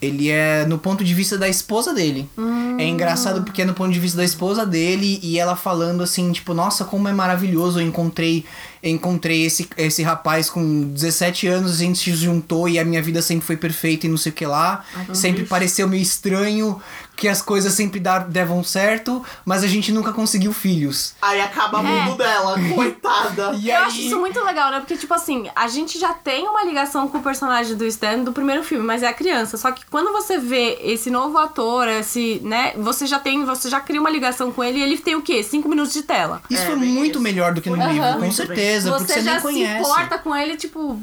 C: Ele é no ponto de vista da esposa dele. É engraçado porque é no ponto de vista da esposa dele e ela falando assim, tipo, nossa, como é maravilhoso, eu encontrei, eu encontrei esse, esse rapaz com 17 anos, a gente se juntou e a minha vida sempre foi perfeita e não sei o que lá. sempre pareceu meio estranho que as coisas sempre dar, devam certo, mas a gente nunca conseguiu filhos.
A: Ah.
B: Aí acaba o
A: É.
B: mundo dela, coitada.
C: E
A: eu
C: aí-
A: acho isso muito legal, né? Porque, tipo assim, a gente já tem uma ligação com o personagem do Stan do primeiro filme, mas é a criança. Só que quando você vê esse novo ator, esse, né? Você já tem, você já cria uma ligação com ele e ele tem o quê? Cinco minutos de tela.
C: Isso
B: É,
C: foi
B: bem
C: muito
B: isso.
C: melhor do que no
A: Aham.
C: livro,
B: Muito
C: com
B: bem.
C: certeza, porque você
A: já
C: nem conhece.
A: se importa com ele, tipo,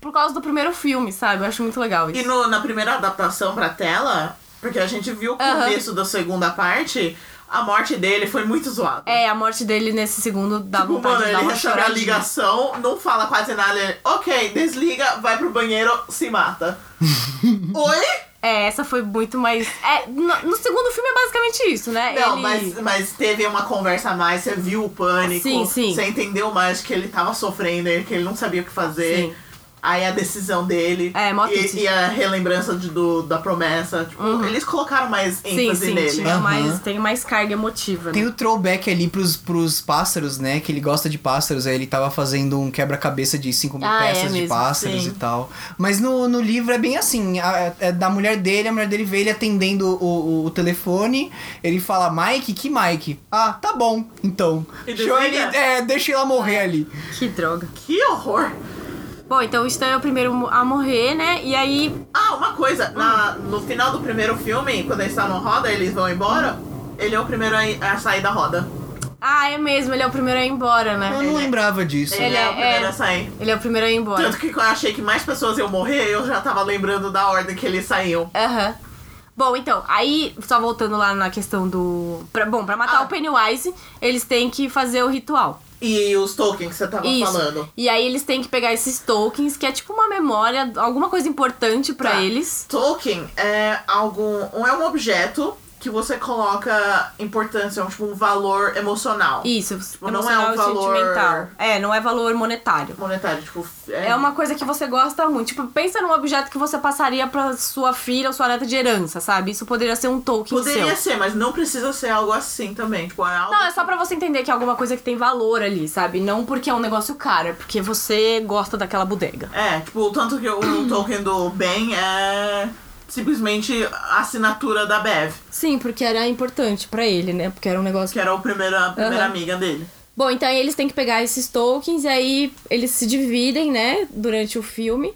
A: por causa do primeiro filme, sabe? Eu acho muito legal
B: E
A: isso.
B: no- na primeira adaptação pra tela, Porque a gente viu o
A: Aham.
B: começo da segunda parte, a morte dele foi muito zoada.
A: É, a morte dele nesse segundo dá
B: Tipo,
A: vontade
B: mano,
A: de dar
B: ele
A: uma
B: recebe a
A: choradinha.
B: ligação, não fala quase nada. Ele, ok, desliga, vai pro banheiro, se mata. Oi?
A: É, essa foi muito mais. É, no, no segundo filme é basicamente isso, né?
B: Não,
A: ele...
B: mas, mas teve uma conversa a mais, você viu o pânico.
A: Sim, sim.
B: Você entendeu mais que ele tava sofrendo, que ele não sabia o que fazer.
A: Sim.
B: Aí a decisão dele.
A: É, mó triste. Uhum.
B: e, e a relembrança de- do, da promessa. Tipo, eles colocaram mais
A: Sim,
B: ênfase
A: sim,
B: nele.
A: tinha
C: Aham.
A: mais, tem mais carga emotiva. Né?
C: Tem o throwback ali pros, pros pássaros, né? Que ele gosta de pássaros, aí ele tava fazendo um quebra-cabeça de 5 mil
A: Ah, é
C: peças de
A: mesmo,
C: pássaros
B: sim.
C: e tal. Mas no, no livro é bem assim: a- é da mulher dele, a mulher dele vê ele atendendo o, o, o telefone, ele fala, Mike, que Mike? Ah, tá bom, então.
B: E
C: Show ele,
B: desliga.
C: é, deixa ela morrer ali.
A: Que droga.
B: Que horror!
A: Bom, então o Stan é o primeiro mo- a morrer, né? E aí.
B: Ah, uma coisa, na- no final do primeiro filme, quando eles estão na roda, eles vão embora. Ele é o primeiro a, a sair da roda.
A: Ah, é mesmo, ele é o primeiro a ir embora, né?
C: Eu não lembrava disso.
B: Ele,
A: Ele
B: é,
A: é-
B: o primeiro
A: é.
B: a sair.
A: Ele é o primeiro a ir embora.
B: Tanto que quando eu achei que mais pessoas iam morrer, eu já tava lembrando da ordem que eles saíam.
A: Aham. Bom, então, aí, só voltando lá na questão do. pra- bom, pra matar
B: Ah.
A: o Pennywise, eles têm que fazer o ritual.
B: E os tokens que você tava
A: Isso.
B: falando.
A: E aí eles têm que pegar esses tokens, que é tipo uma memória, alguma coisa importante pra
B: Tá.
A: eles.
B: Token é algum. um- É um objeto que você coloca importância, um, tipo um valor emocional.
A: Isso,
B: não é
A: emocional
B: um
A: e
B: valor-
A: sentimental. É, não é valor monetário.
B: Monetário, tipo.
A: É uma coisa que você gosta muito. Tipo, pensa num objeto que você passaria pra sua filha ou sua neta de herança, sabe? Isso poderia ser um token
B: Poderia
A: seu.
B: ser, mas não precisa ser algo assim também. Tipo, é algo.
A: Não, é só pra você entender que é alguma coisa que tem valor ali, sabe? Não porque é um negócio caro, é porque você gosta daquela bodega.
B: É, tipo, tanto que o token do Ben é simplesmente a assinatura da Bev,
A: Sim, porque era importante pra ele, né? Porque era um negócio
B: que era o primeiro, a primeira
A: Aham.
B: amiga dele.
A: Bom, então aí eles têm que pegar esses tokens e aí eles se dividem, né, durante o filme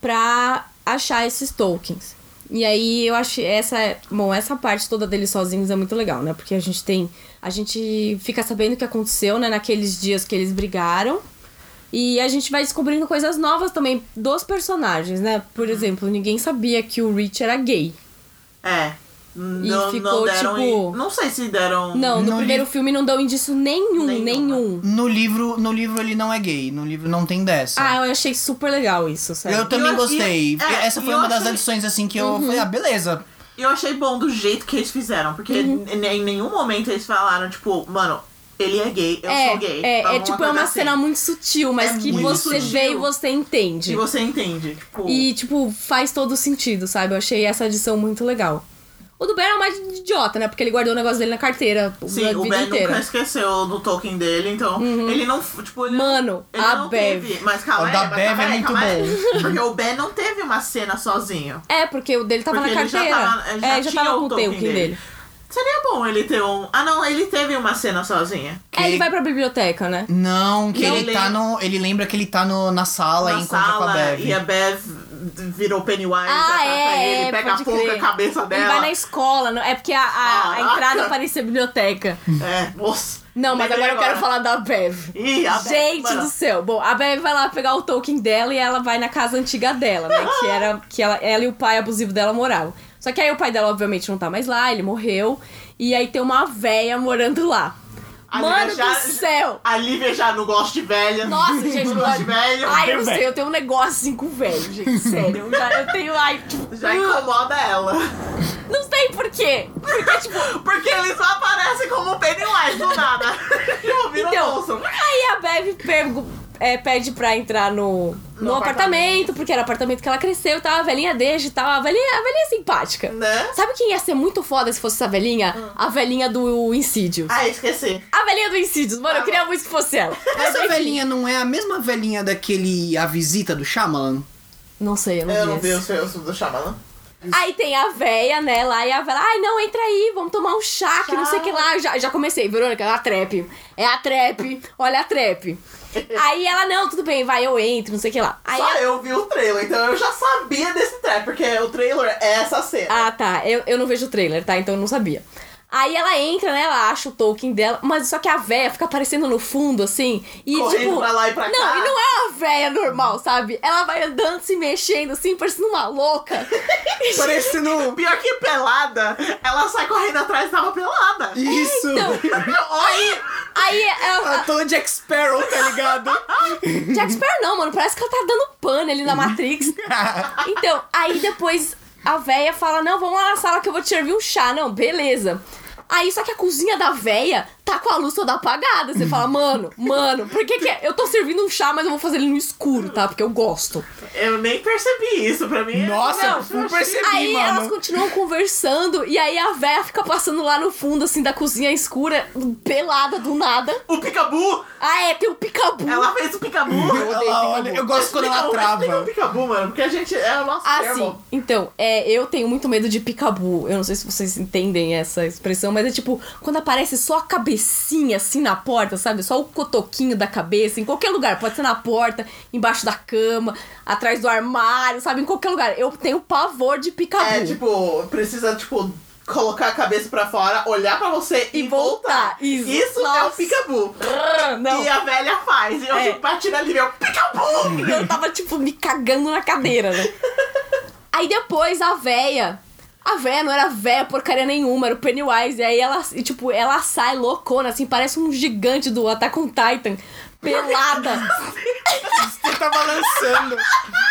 A: pra achar esses tokens. E aí eu acho essa, bom, essa parte toda deles sozinhos é muito legal, né? Porque a gente tem, a gente fica sabendo o que aconteceu, né, naqueles dias que eles brigaram. E a gente vai descobrindo coisas novas também dos personagens, né? Por exemplo, ninguém sabia que o Rich era gay.
B: É. Não, não
A: ficou,
B: deram.
A: tipo-
B: e- Não sei se deram.
A: Não, no
C: Não
A: primeiro filme não dão indício nenhum,
B: Nenhum,
A: nenhum.
B: né?
C: No livro, no livro ele não é gay, no livro não tem dessa.
A: Ah, eu achei super legal isso, sério.
C: eu também
B: tá. E eu-
C: gostei.
B: e- é,
C: Essa
B: e
C: foi
B: eu Uhum.
C: uma das
B: achei-
C: adições assim que eu falei, ah, beleza.
B: E eu achei bom do jeito que eles fizeram, porque
A: Uhum.
B: n- em nenhum momento eles falaram, tipo, mano, ele é gay, eu
A: é,
B: sou gay.
A: É, é
B: alguma
A: tipo, é
B: coisa
A: uma
B: assim.
A: cena muito sutil, mas
B: É
A: que
B: muito
A: você
B: sutil.
A: vê e você entende.
B: que você entende. Tipo,
A: E, tipo, faz todo sentido, sabe? Eu achei essa adição muito legal. O do Ben é mais idiota, né? Porque ele guardou o negócio dele na carteira
B: sim,
A: a
B: o
A: vida
B: Ben
A: inteira. Uhum.
B: nunca esqueceu do token dele, então ele não. Tipo, ele
A: Mano,
B: Ele
A: a
B: não
A: Bev.
B: teve, mas calma
C: O
B: aí,
C: da
B: mas
C: Bev
B: calma
C: é
B: aí,
C: muito
B: calma aí.
C: bom.
B: Porque o Ben não teve uma cena sozinho.
A: É, porque o dele tava
B: Porque
A: na
B: ele já
A: carteira.
B: tava- já
A: é, já
B: tinha
A: tava
B: o
A: com o
B: token
A: token
B: dele.
A: dele.
B: Seria bom ele ter um. Ah, não, ele teve uma cena sozinha.
A: É, ele vai pra biblioteca, né?
C: Não, que
B: Não
C: ele tá
B: lembro.
C: no. Ele lembra que ele tá no, na sala
B: Na
C: e encontra com a
B: sala,
C: Bev.
B: e a Bev virou Pennywise,
A: Ah,
B: ataca
A: é,
B: ele,
A: é,
B: pega
A: pode
B: a pouca
A: crer.
B: cabeça
A: Ele vai
B: dela.
A: na escola, não- é porque a, a- a
B: Caraca.
A: entrada parecia biblioteca.
B: É, nossa.
A: Não, mas
B: Lembrei
A: agora eu quero falar da Bev.
B: Ih, a Bev,
A: Gente
B: mano.
A: do céu. Bom, a Bev vai lá pegar o token dela e ela vai na casa antiga dela, né? Que era que ela, ela e o pai abusivo dela moravam. Só que aí o pai dela, obviamente, não tá mais lá, ele morreu. E aí tem uma véia morando lá.
B: A
A: Mano
B: Lívia já-
A: do céu!
B: A Lívia já não gosta de velha.
A: Nossa, gente,
B: não
A: olha-
B: gosta de velha.
A: Ai, eu não sei, eu tenho um negócio assim com velho, gente. Sério. Eu, já, eu tenho. Ai, tipo,
B: Já incomoda ela.
A: não sei por quê. Porque, tipo,
B: Porque eles só aparecem como Pennywise do nada. Eu viro
A: Então,
B: Bolson.
A: aí a Bev pergo- é, pede pra entrar no, no,
B: No
A: apartamento, porque era o apartamento que ela cresceu, tá? A velhinha deixa e tal. A velhinha, a velhinha é simpática.
B: Né?
A: Sabe quem ia ser muito foda se fosse essa velhinha? A velhinha do Insidious.
B: Ai, Ah, esqueci.
A: A velhinha do Insidious, mano, eu queria muito que fosse ela.
C: Essa velhinha não é a mesma velhinha daquele A Visita do Shyamalan?
A: Não sei, eu não,
B: É, Eu não vi
A: esse.
B: os filmes do Shyamalan.
A: Aí tem a véia, né, lá, e a véia, ai, não, entra aí, vamos tomar um chá, que não sei o que lá. Eu Já, já comecei, Verônica, é a trap. É a trap, olha a trap. Aí ela, não, tudo bem, vai, eu entro, não sei o que lá. Aí
B: Só
A: a-
B: eu vi o trailer, então eu já sabia desse trap, porque o trailer é essa cena.
A: Ah, tá. Eu, eu não vejo o trailer, tá? Então eu não sabia. Aí ela entra, né? Ela acha o token dela, mas só que a véia fica aparecendo no fundo, assim. E
B: Correndo
A: tipo.
B: pra lá e pra
A: não,
B: cá.
A: e não é uma véia normal, sabe? Ela vai andando, se mexendo, assim, parecendo uma louca. Ah.
E: Parecendo.
B: Pior que pelada, ela sai correndo atrás e tava pelada.
E: Isso!
B: Então. Oi!
A: Aí
E: A
A: ela.
E: toda Jack Sparrow, tá ligado?
A: Jack Sparrow não, mano. Parece que ela tá dando pano ali na Matrix. Então, aí depois a véia fala: Não, vamos lá na sala que eu vou te servir um chá. Não, beleza. Aí, só que a cozinha da véia tá com a luz toda apagada. Você fala, mano, mano, por que que... é? Eu tô servindo um chá, mas eu vou fazer ele no escuro, tá? Porque eu gosto.
B: Eu nem percebi isso, pra mim. é
E: Nossa,
B: não,
E: eu não percebi,
A: Aí
E: mano.
A: elas continuam conversando e aí a véia fica passando lá no fundo, assim, da cozinha escura, pelada do nada.
B: O picabu!
A: Ah, é, tem o picabu.
B: Ela fez o picabu!
E: Ela olha, eu gosto quando ela
B: Tem o
E: trava.
B: picabu, mano, porque a gente é o nosso
A: Ah,
B: termo.
A: sim. Então, é, eu tenho muito medo de picabu. Eu não sei se vocês entendem essa expressão, mas é tipo, quando aparece só a cabecinha assim na porta, sabe? Só o cotoquinho da cabeça, em qualquer lugar. Pode ser na porta, embaixo da cama, atrás do armário, sabe? Em qualquer lugar. Eu tenho pavor de picabu.
B: É, tipo, precisa, tipo, colocar a cabeça pra fora, olhar pra você e,
A: E voltar.
B: Isso,
A: Isso.
B: é o
A: Nossa.
B: picabu.
A: Não.
B: E a velha faz. E eu,
A: É.
B: tipo, bati na livre, eu, picabu!
A: E eu tava, tipo, me cagando na cadeira, né? Aí depois a véia. A véia não era véia porcaria nenhuma, era o Pennywise. E aí ela, e, tipo, ela sai loucona, assim, parece um gigante do Attack on Titan. Pelada.
E: Você tá balançando.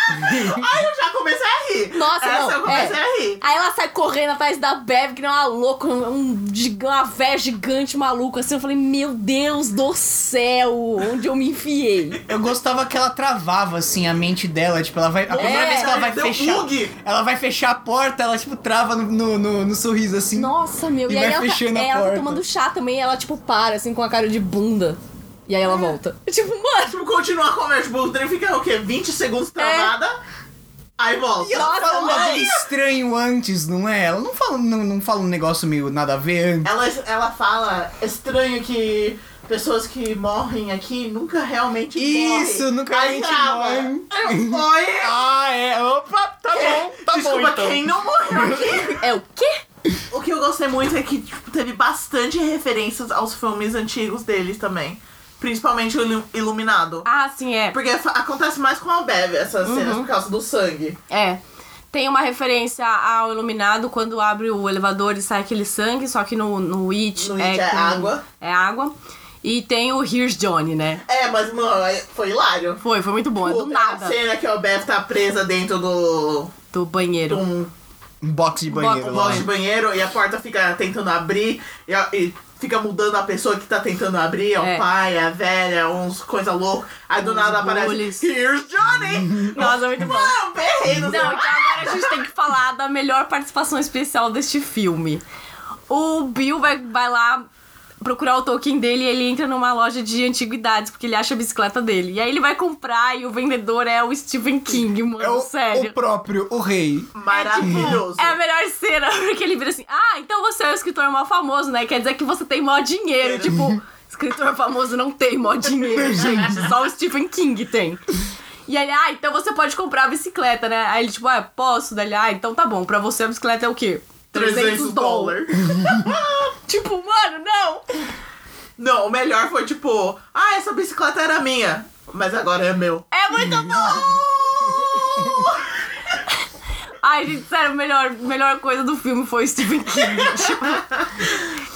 B: Aí eu já comecei a rir.
A: Nossa,
B: Essa
A: não,
B: eu comecei
A: é.
B: a rir.
A: Aí ela sai correndo atrás da Bev, que não é uma louca, um, um giga- uma véia gigante maluca. Assim, eu falei, meu Deus do céu, onde eu me enfiei.
C: Eu gostava que ela travava, assim, a mente dela. Tipo, ela vai. A primeira
A: É.
C: vez que ela vai
B: deu
C: fechar.
B: bug.
C: Ela vai fechar a porta, ela, tipo, trava no, no, no- no sorriso, assim.
A: Nossa, meu.
C: E
A: E,
C: vai
A: aí ela,
C: fechando a
A: tá, é, ela tá
C: porta.
A: tomando chá também, ela, tipo, para, assim, com a cara de bunda. E aí ela
C: É.
A: volta. Tipo, mano.
B: Tipo, continua a conversa. Tipo, o trem fica o quê? 20
A: É.
B: segundos travada. Aí volta.
C: E ela
A: Nossa,
C: fala um
A: mãe.
C: bagulho estranho antes, não é? Ela não fala, não, não fala um negócio meio nada a ver antes.
B: Ela, ela fala, estranho que pessoas que morrem aqui nunca realmente morrem.
C: Isso, nunca
B: Aí
C: realmente
B: trava.
C: morrem.
B: Eu, Oi!
C: Ah, é. Opa, tá bom, tá
B: Desculpa,
C: bom. Então.
B: quem não morreu aqui?
A: É o quê?
B: O que eu gostei muito é que tipo, teve bastante referências aos filmes antigos deles também. Principalmente o Ilu- Iluminado.
A: Ah, sim, é.
B: Porque fa- acontece mais com a Bev
C: Uhum.
B: essas cenas por causa do sangue.
A: É. Tem uma referência ao Iluminado quando abre o elevador e sai aquele sangue, só que no, no It,
B: No It é
A: com-
B: água.
A: É água. E tem o Here's Johnny, né?
B: É, mas, mano, é- foi hilário.
A: Foi, foi muito bom. É do
B: Tem
A: nada
B: A cena que a Bev tá presa dentro do.
A: do
B: de
A: banheiro.
B: um
C: Um box de banheiro
A: Box-
C: lá.
B: box de banheiro e a porta fica tentando abrir e, a- e fica mudando a pessoa que tá tentando abrir, é o
A: É.
B: pai, a velha, uns coisa louca. Aí do
A: Uns
B: nada aparece
A: bullies.
B: Here's Johnny!
A: Nossa, muito bom.
B: Mano, berrei no
A: Não, então agora a gente tem que falar da melhor participação especial deste filme. O Bill vai, vai lá procurar o token dele e ele entra numa loja de antiguidades, porque ele acha a bicicleta dele. E aí ele vai comprar e o vendedor é o Stephen King, mano,
C: É o,
A: sério.
C: o próprio, o rei.
B: Maravilhoso.
A: É a melhor cena, porque ele vira assim: Ah, então você é um escritor mal famoso, né? Quer dizer que você tem mó dinheiro. tipo, escritor famoso não tem mó dinheiro, gente. Só o Stephen King tem. E aí, ah, então você pode comprar a bicicleta, né? Aí ele, tipo, ah, posso? Daí ele, ah, então tá bom. Pra você a bicicleta é o quê?
B: 300 dólares.
A: Tipo, mano, não!
B: Não, o melhor foi tipo, ah, essa bicicleta era minha, mas agora é meu.
A: É muito bom! Ai, gente, sério, a melhor, melhor coisa do filme foi o Stephen King.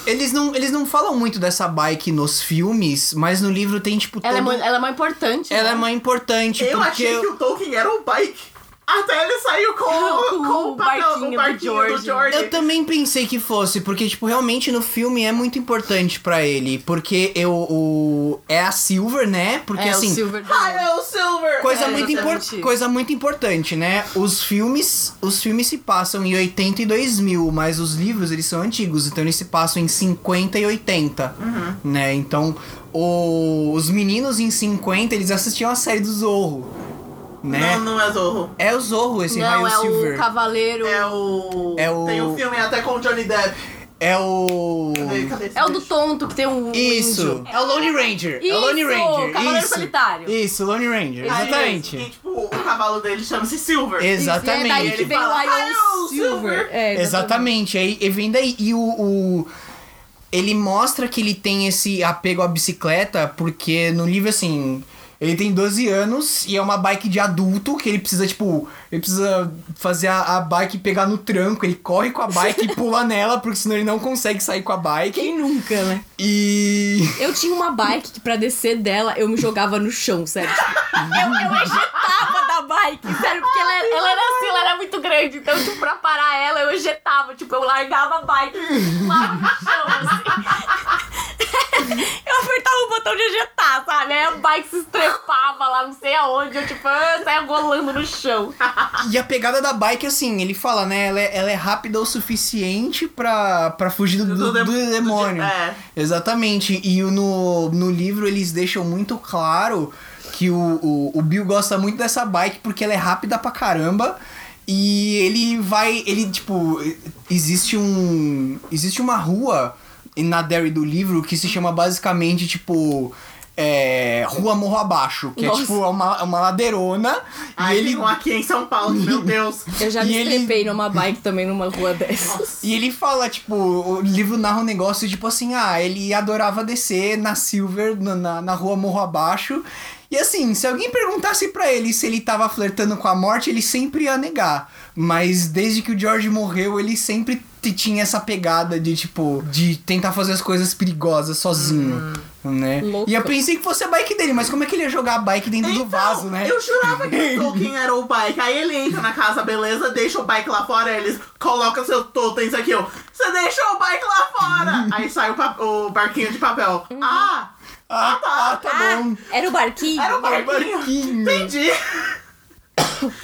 C: Eles não, eles não falam muito dessa bike nos filmes, mas no livro tem, tipo,
A: Ela é,
C: todo-
A: mó- ela é mais importante.
C: Ela é
A: né?
C: mais importante,
B: eu
A: Tipo,
C: porque...
B: achei que o Tolkien era um bike. Até ele saiu com,
A: Não,
B: com,
A: com
B: o
A: o
B: papel
A: barquinho
B: do
A: do
B: barquinho do
A: George.
B: George.
C: Eu também pensei que fosse, porque, tipo, realmente no filme é muito importante pra ele. Porque eu, o. É a Silver, né? Porque
A: é,
C: assim.
A: o Silver Dollar.
B: Kyle Silver!
C: Coisa,
A: É,
C: muito
A: exatamente.
C: impor- coisa muito importante, né? Os filmes, os filmes se passam em 82 mil, mas os livros eles são antigos, então eles se passam em 50 e 80,
A: Uhum.
C: né? Então, o- os meninos em 50, eles assistiam a série do Zorro, né?
B: Não, não é Zorro.
C: É o Zorro esse
A: Não,
C: Raio
A: é
C: Silver.
A: o Cavaleiro.
B: É o.
C: É o-
B: Tem um filme até com o Johnny Depp.
C: É o
B: Cadê- cadê esse
A: É o do
B: bicho?
A: tonto que tem um.
C: Isso.
A: índio.
C: É o Lone Ranger. é o Lone
A: Isso,
C: Ranger.
A: Cavaleiro
C: isso.
A: Solitário.
C: Isso, Lone Ranger.
B: Aí,
C: Exatamente.
B: E, tipo, o cavalo dele chama-se Silver.
C: Exatamente.
A: E é daí que
B: Ele
A: vem o
B: fala,
A: Iron
B: "Iron Silver."
A: Silver. É,
C: Exatamente. Aí, e vem daí. E o, o, ele mostra que ele tem esse apego à bicicleta, porque no livro, assim, ele tem 12 anos e é uma bike de adulto que ele precisa, tipo, ele precisa fazer a, a bike pegar no tranco, ele corre com a bike e pula nela, porque senão ele não consegue sair com a bike.
A: Quem nunca, né?
C: E.
A: Eu tinha uma bike que pra descer dela eu me jogava no chão, sério. eu, eu ejetava da bike, sério, porque ela, ela era assim, ela era muito grande. Então, tipo, pra parar ela eu ejetava, tipo, eu largava a bike lá no chão, assim. Eu apertava o botão de ejetar, sabe? Aí a bike se estrepava lá, não sei aonde. Eu, tipo, eu saia rolando no chão.
C: E a pegada da bike, assim, ele fala, né? Ela é, ela é rápida o suficiente pra, pra fugir do, do,
B: de-
C: do demônio.
B: é.
C: Exatamente. E o- no, no livro eles deixam muito claro que o, o, o Bill gosta muito dessa bike porque ela é rápida pra caramba. E ele vai. Ele, tipo. Existe um. Existe uma rua na Derry do livro que se chama basicamente, tipo. é, rua Morro Abaixo, que
A: Nossa.
C: é tipo uma, uma ladeirona.
B: Ai,
C: e ele
B: tem um aqui em São Paulo, meu Deus.
A: Eu já
C: E
A: me
C: ele-
A: estrepei numa bike também numa rua dessas.
C: E ele fala, tipo, o livro narra um negócio, tipo assim, ah, ele adorava descer na Silver, na, na, na rua Morro Abaixo. E assim, se alguém perguntasse pra ele se ele tava flertando com a morte, ele sempre ia negar. Mas desde que o George morreu, ele sempre t- tinha essa pegada de, tipo, de tentar fazer as coisas perigosas sozinho. Né?
A: Louco.
C: E eu pensei que fosse a bike dele, mas como é que ele ia jogar a bike dentro do vaso, né?
B: Então, Eu jurava que o Tolkien era o bike. Aí ele entra na casa, beleza, deixa o bike lá fora, aí eles colocam seu totens aqui, ó. Você deixou o bike lá fora! Aí sai o, pa- o barquinho de papel.
A: Uhum.
B: Ah!
C: Ah, ah, tá bom.
A: Era o barquinho?
B: Era o barquinho.
C: Barquinho.
B: Entendi!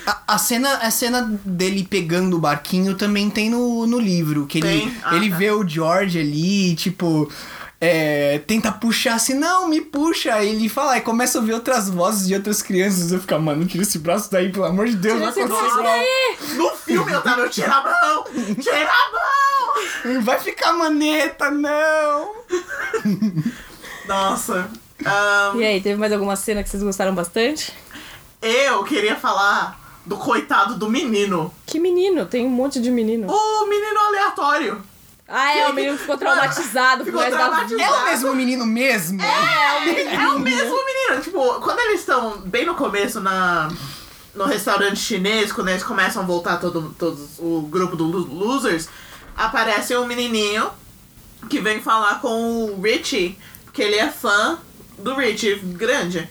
C: A, a cena, a cena dele pegando o barquinho também tem no, no livro. Que ele,
B: Tem? Ah,
C: ele
B: tá.
C: vê o George ali, tipo. é, tenta puxar assim, não, me puxa. Aí ele fala, e começa a ouvir outras vozes de outras crianças. Eu fico, "Ah, mano, tira esse braço daí, pelo amor de Deus, vai
A: Tira esse
C: acontecer
A: braço
C: igual.
B: No filme eu tava, eu tira a mão! Tira a mão!
C: Vai ficar maneta, não.
B: Nossa. Ahn,
A: E aí, teve mais alguma cena que vocês gostaram bastante?
B: eu queria falar do coitado do menino.
A: Que menino, tem um monte de menino.
B: O menino aleatório.
A: Ah, é, o menino que ficou traumatizado pro
B: Ficou
A: resto da vida.
B: traumatizado.
C: É o mesmo menino mesmo?
B: É o mesmo menino. Tipo, quando eles estão bem no começo na, no restaurante chinês, quando eles começam a voltar todo, todos o grupo do lo- losers, aparece um menininho que vem falar com o Richie, porque ele é fã do Richie grande.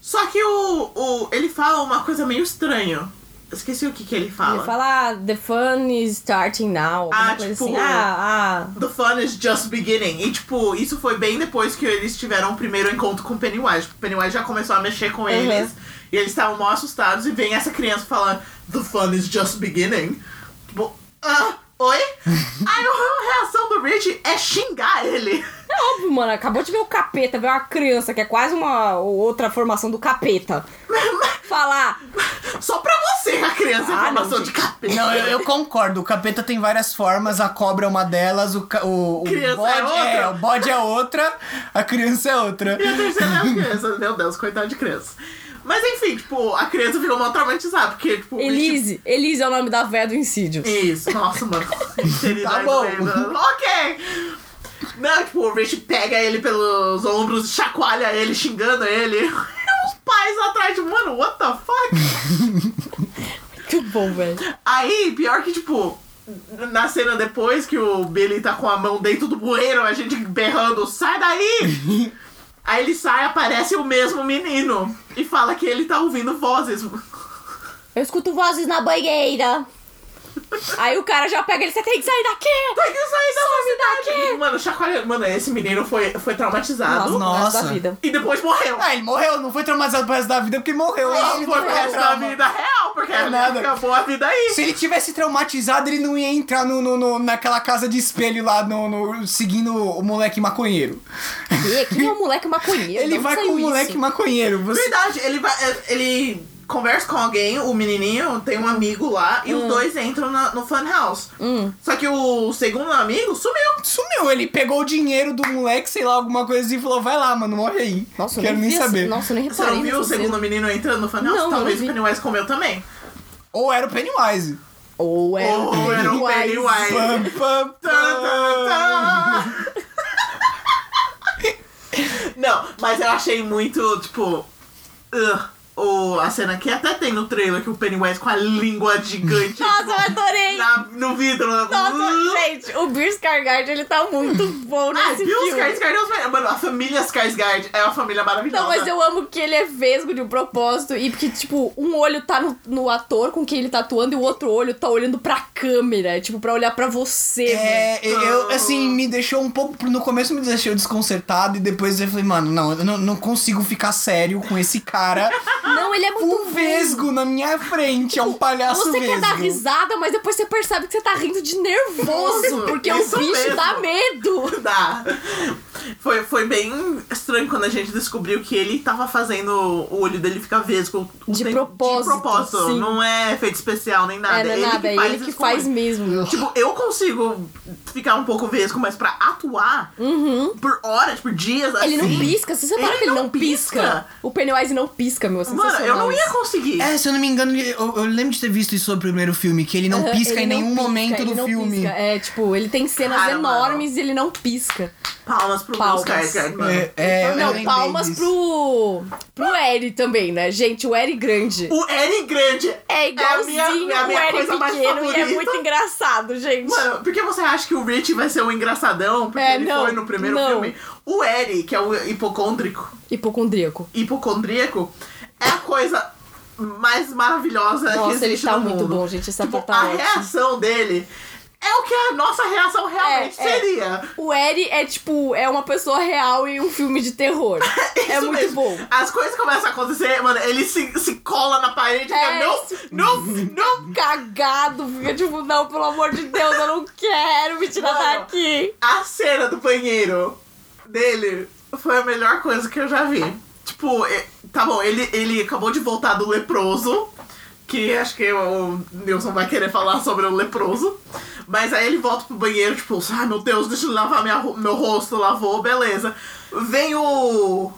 B: Só que o, o ele fala uma coisa meio estranha. Esqueci o que, que ele fala.
A: Ele fala, ah, the fun is starting now.
B: Ah,
A: alguma coisa
B: tipo-
A: assim. Ah, ah.
B: The fun is just beginning. E, tipo, isso foi bem depois que eles tiveram o primeiro encontro com o Pennywise. Tipo, O Pennywise já começou a mexer com eles. E eles estavam mó assustados. E vem essa criança falando: The fun is just beginning. Tipo, ah, oi? Aí a reação do Richie é xingar ele.
A: É óbvio, mano, acabou de ver o capeta, ver uma criança que é quase uma outra formação do capeta. "Ah, Falar,
B: Tipo Só pra você que a criança é
A: Ah, não,
B: formação
A: gente.
B: de cabelo.
C: Não, eu, eu concordo. O capeta tem várias formas, a cobra é uma delas, o, ca- o, o
B: Criança
C: bode
B: é outra.
C: o bode é outra, a criança é outra.
B: E a terceira é a criança. Meu Deus, coitado de criança. Mas enfim, tipo, a criança ficou mal traumatizada. Porque, tipo, o Richie
A: Elise, Elise é o nome da véia do incídio.
B: Isso, nossa, mano. Inserida
C: Tá
B: aí
C: bom.
B: no meio. Ok! Não, tipo, o Rich pega ele pelos ombros, chacoalha ele, xingando ele. Os pais lá atrás, tipo, mano, what the fuck?
A: Muito bom, velho.
B: Aí, pior que, tipo, na cena depois que o Billy tá com a mão dentro do bueiro, a gente berrando, sai daí! Aí ele sai, aparece o mesmo menino e fala que ele tá ouvindo vozes.
A: Eu escuto vozes na banheira. Aí o cara já pega ele, você tem que sair daqui!
B: Tem que sair da
A: Some
B: cidade!
A: daqui!
B: Mano, chacoalha. Mano, esse menino foi, foi
A: Nossa,
B: traumatizado.
A: no resto da
C: Nossa.
A: vida.
B: E depois morreu.
C: Ah, ele morreu, não foi traumatizado pro resto da vida porque morreu.
A: É,
C: Esse
B: Não
C: ele
B: foi
C: não
B: pro
C: tem
B: resto da
C: trauma.
B: vida real, porque
C: É nada.
B: acabou a vida aí.
C: Se ele tivesse traumatizado, ele não ia entrar no, no- no- naquela casa de espelho lá, no, no- seguindo o moleque maconheiro.
A: E que é um moleque maconheiro.
C: ele
A: não
C: vai
A: saiu
C: com o moleque
A: isso.
C: maconheiro. Você...
B: Verdade, ele vai. é, Ele conversa com alguém, o menininho tem um amigo lá,
A: Hum.
B: e os dois entram na- no funhouse. Só que o segundo amigo sumiu.
C: Sumiu, ele pegou o dinheiro do moleque, sei lá, alguma coisa e falou: vai lá, mano, morre aí.
A: Nossa, eu
C: Quero
A: nem
C: nem
A: vi essa-
C: saber.
A: Nossa, eu nem
B: Você
A: reparei.
B: não viu o
A: nessa
B: segundo
A: cena.
B: menino entrando no funhouse?
A: Tá Não, eu não
B: Talvez o
A: vi.
B: Pennywise comeu também.
C: Ou era o Pennywise.
A: Ou é era
B: Ou era o Pennywise.
C: Pam, pam,
B: Tã, tã,
C: pam.
B: tã. Não, mas eu achei muito, tipo. ugh, o, a cena que até tem no trailer que o Pennywise com a língua gigante
A: Nossa, eu adorei!
B: na, no vidro. na-
A: Nossa, gente, o Bill Skarsgård, ele tá muito bom
B: Ah,
A: nesse
B: Bill
A: filme.
B: Skarsgård é os melhores. Mano, a família Skarsgård é uma família maravilhosa.
A: Não, mas eu amo que ele é vesgo de um propósito e porque, tipo, um olho tá no, no ator com quem ele tá atuando e o outro olho tá olhando pra câmera, tipo, pra olhar pra você. mano.
F: É, eu,
A: então.
F: eu, assim, me deixou um pouco. No começo me deixou desconcertado e depois eu falei, mano, não, eu não, não consigo ficar sério com esse cara.
A: Não, ele é muito
F: um vesgo na minha frente, é um
B: Tá
F: palhaço
A: Você
F: vesgo.
A: quer dar risada, mas depois você percebe que você tá rindo de nervoso,
B: Isso,
A: porque
B: isso
A: o bicho
B: mesmo.
A: dá medo.
B: Dá. Foi, foi bem estranho quando a gente descobriu que ele tava fazendo o olho dele ficar vesgo o
A: De
B: tempo-
A: propósito,
B: De propósito.
A: sim.
B: Não é efeito especial nem nada.
A: é, não é
B: ele
A: nada,
B: que
A: é
B: faz
A: ele que
B: isso
A: faz
B: com-
A: mesmo.
B: Tipo, eu consigo ficar um pouco vesgo, mas pra atuar por horas, por dias,
A: Uhum. Tipo, Ele não
B: assim,
A: pisca, você
B: Ele
A: repara que ele
B: não
A: não pisca.
B: pisca.
A: O Pennywise não pisca, meu, é sensacional.
B: Mano, eu não ia
A: isso.
B: conseguir.
F: É, se eu não me engano, ele- eu, eu lembro de ter visto isso no primeiro filme, que ele não
A: Aham,
F: pisca
A: ele
F: em
A: não
F: nenhum
A: pisca,
F: momento
A: ele
F: do
A: não
F: filme.
A: pisca. É, tipo, ele tem cenas
B: Cara, mano.
A: enormes e ele não pisca.
B: Palmas pro
A: Palmas.
B: Bill Skarsgård, mano. Então,
F: É, é, eu
A: não,
F: lembrei
A: palmas
F: disso.
A: pro. pro Eri também, né? Gente, o Eri grande.
F: um
B: O Eren grande
A: É igualzinho
B: é a minha, é a minha
A: o Eri
B: coisa mais
A: pequeno e é
B: favorita.
A: muito engraçado, gente.
B: Mano, por que você acha que o Rich vai ser um engraçadão? Porque
A: É,
B: ele
A: não,
B: foi no primeiro
A: não.
B: filme. O Eric, que é o hipocôndrico,
A: Hipocondríaco.
B: hipocondríaco, é a coisa mais maravilhosa
A: Nossa,
B: que
A: ele
B: existe
A: tá
B: no
A: muito
B: mundo.
A: bom, gente, esse
B: tipo,
A: ator tá
B: A
A: ótimo.
B: reação dele é o que a nossa reação realmente
A: É, é.
B: seria.
A: O Eri é tipo, é uma pessoa real em um filme de terror. é
B: Isso
A: muito
B: mesmo.
A: bom.
B: As coisas começam a acontecer, mano, ele se, se cola na parede e
A: É,
B: fica, não, não, não,
A: Cagado, fica tipo, não, pelo amor de Deus, eu não quero me tirar
B: Mano,
A: daqui.
B: A cena do banheiro dele foi a melhor coisa que eu já vi. Tipo, é- tá bom, ele, ele acabou de voltar do leproso. Que acho que o Nilson vai querer falar sobre o leproso. Mas aí ele volta pro banheiro, tipo, ai meu Deus, deixa eu lavar minha, ro- meu rosto, lavou, beleza. Vem o.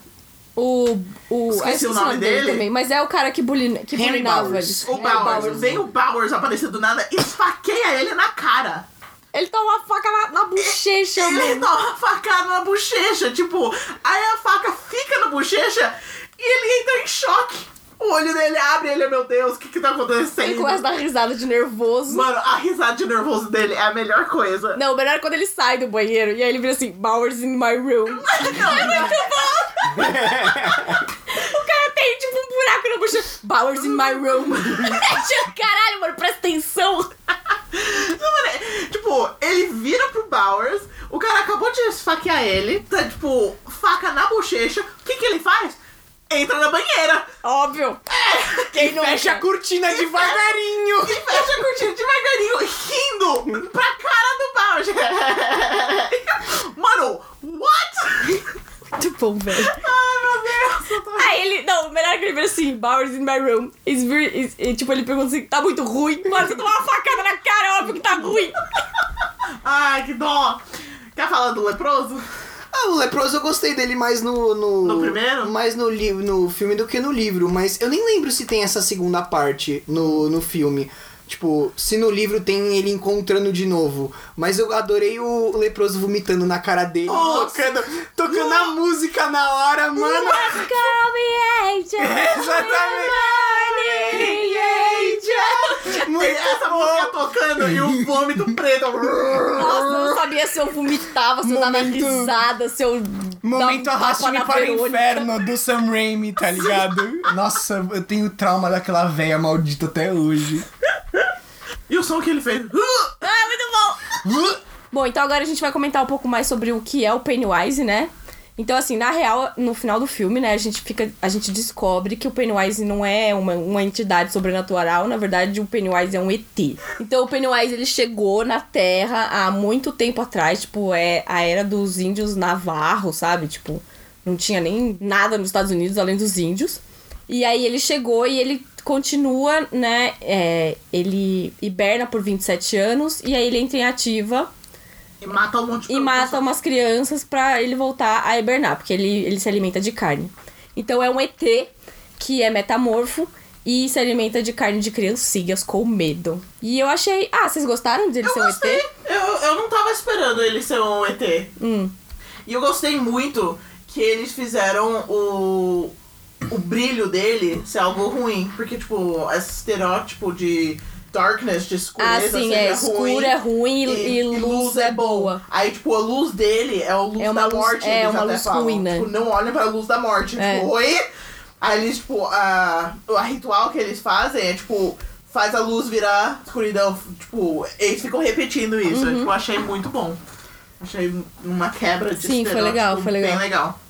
A: O. o
B: Esqueci
A: ah,
B: o nome dele.
A: também, mas é o cara que, bulina, que
F: Henry
A: bulinava
F: Bowers.
A: ele.
B: O
A: É,
B: Bowers. Vem o Bowers aparecer do nada e esfaqueia ele na cara.
A: Ele tá uma faca na, na bochecha,
B: Ele
A: mano.
B: dá uma facada na bochecha, tipo, aí a faca fica na bochecha e ele entra em choque. O olho dele abre, ele, meu Deus, o que que tá
A: Ele
B: acontecendo?
A: começa a dar risada de nervoso.
B: Mano, a risada de nervoso dele é a melhor coisa.
A: Não, o melhor é quando ele sai do banheiro e aí ele vira assim, Bowers in my room. é O cara tem tipo um buraco na bochecha. Bowers in my room. É, tipo, Caralho, mano, presta atenção.
B: Não, mano, é- tipo, ele vira pro Bowers, o cara acabou de esfaquear ele, tá, tipo, faca na bochecha. O que que ele faz? Entra na banheira
A: Óbvio. Quem não é
F: Fecha a cortina devagarinho!
B: e fecha a cortina devagarinho, rindo pra cara do Bowers. Mano, what?
A: Muito bom, velho.
B: Ai, meu Deus, eu tô...
A: Aí ele. Não, o melhor é que ele vira assim, Bowers in my room. Is very, is- e, tipo, ele pergunta assim, tá muito ruim. Mano, você tomou uma facada na cara, óbvio que tá ruim.
B: Ai, que dó. Quer falar do leproso?
C: Ah, o Leproso eu gostei dele mais no. No,
B: No primeiro?
C: Mais no, li no filme do que no livro. Mas eu nem lembro se tem essa segunda parte no, no filme. Tipo, se no livro tem ele encontrando de novo. Mas eu adorei o Leproso vomitando na cara dele.
B: Nossa.
C: Tocando, tocando a música na hora, mano.
A: Let's call me angel. tá
C: Exatamente.
B: Tem
C: Muito
B: essa música tocando e o vômito preto.
A: Nossa, eu não sabia se eu vomitava, se eu dava
F: Momento-
A: risada, se eu.
F: Momento
A: dava um tapa
F: arraste-me
A: na
F: para o
A: Verônica.
F: inferno do Sam Raimi, tá ligado? Nossa, eu tenho trauma daquela véia maldita até hoje.
B: E o som que ele fez.
A: Ah, muito bom! Bom, então agora a gente vai comentar um pouco mais sobre o que é o Pennywise, né? Então, assim, na real, no final do filme, né, a gente fica. A gente descobre que o Pennywise não é uma, uma entidade sobrenatural, na verdade, o Pennywise é um ET. Então o Pennywise ele chegou na Terra há muito tempo atrás, tipo, é a era dos índios navarros, sabe? Tipo, não tinha nem nada nos Estados Unidos além dos índios. E aí ele chegou e ele continua, né? é, ele hiberna por 27 anos e aí ele entra em ativa
B: E mata um monte de
A: e mata umas crianças pra ele voltar a hibernar, porque ele, ele se alimenta de carne. Então é um ET que é metamorfo e se alimenta de carne de criancinhas com medo. E eu achei. Ah, vocês gostaram dele
B: Eu
A: ser um
B: gostei.
A: ET? Hum.
B: Eu, eu não tava esperando ele ser um ET. E eu gostei muito que eles fizeram o, o brilho dele ser algo ruim. Porque, tipo, esse estereótipo de darkness, de
A: Ah,
B: escureza,
A: sim,
B: sempre
A: é.
B: é
A: Escuro é ruim e, e luz é boa.
B: Aí, tipo, a luz dele é a luz
A: É uma
B: da
A: luz-
B: morte.
A: é
B: eles
A: uma
B: até
A: luz
B: falam.
A: ruim, né?
B: Tipo, não olhem pra luz da morte.
A: É.
B: Tipo, oi? Aí eles, tipo, a, a ritual que eles fazem é, tipo, faz a luz virar escuridão. Tipo, eles ficam repetindo isso.
A: Uhum.
B: Eu, tipo, achei muito bom. Achei uma quebra de
A: Sim, foi
B: estereótipo
A: legal, foi legal.
B: Bem legal.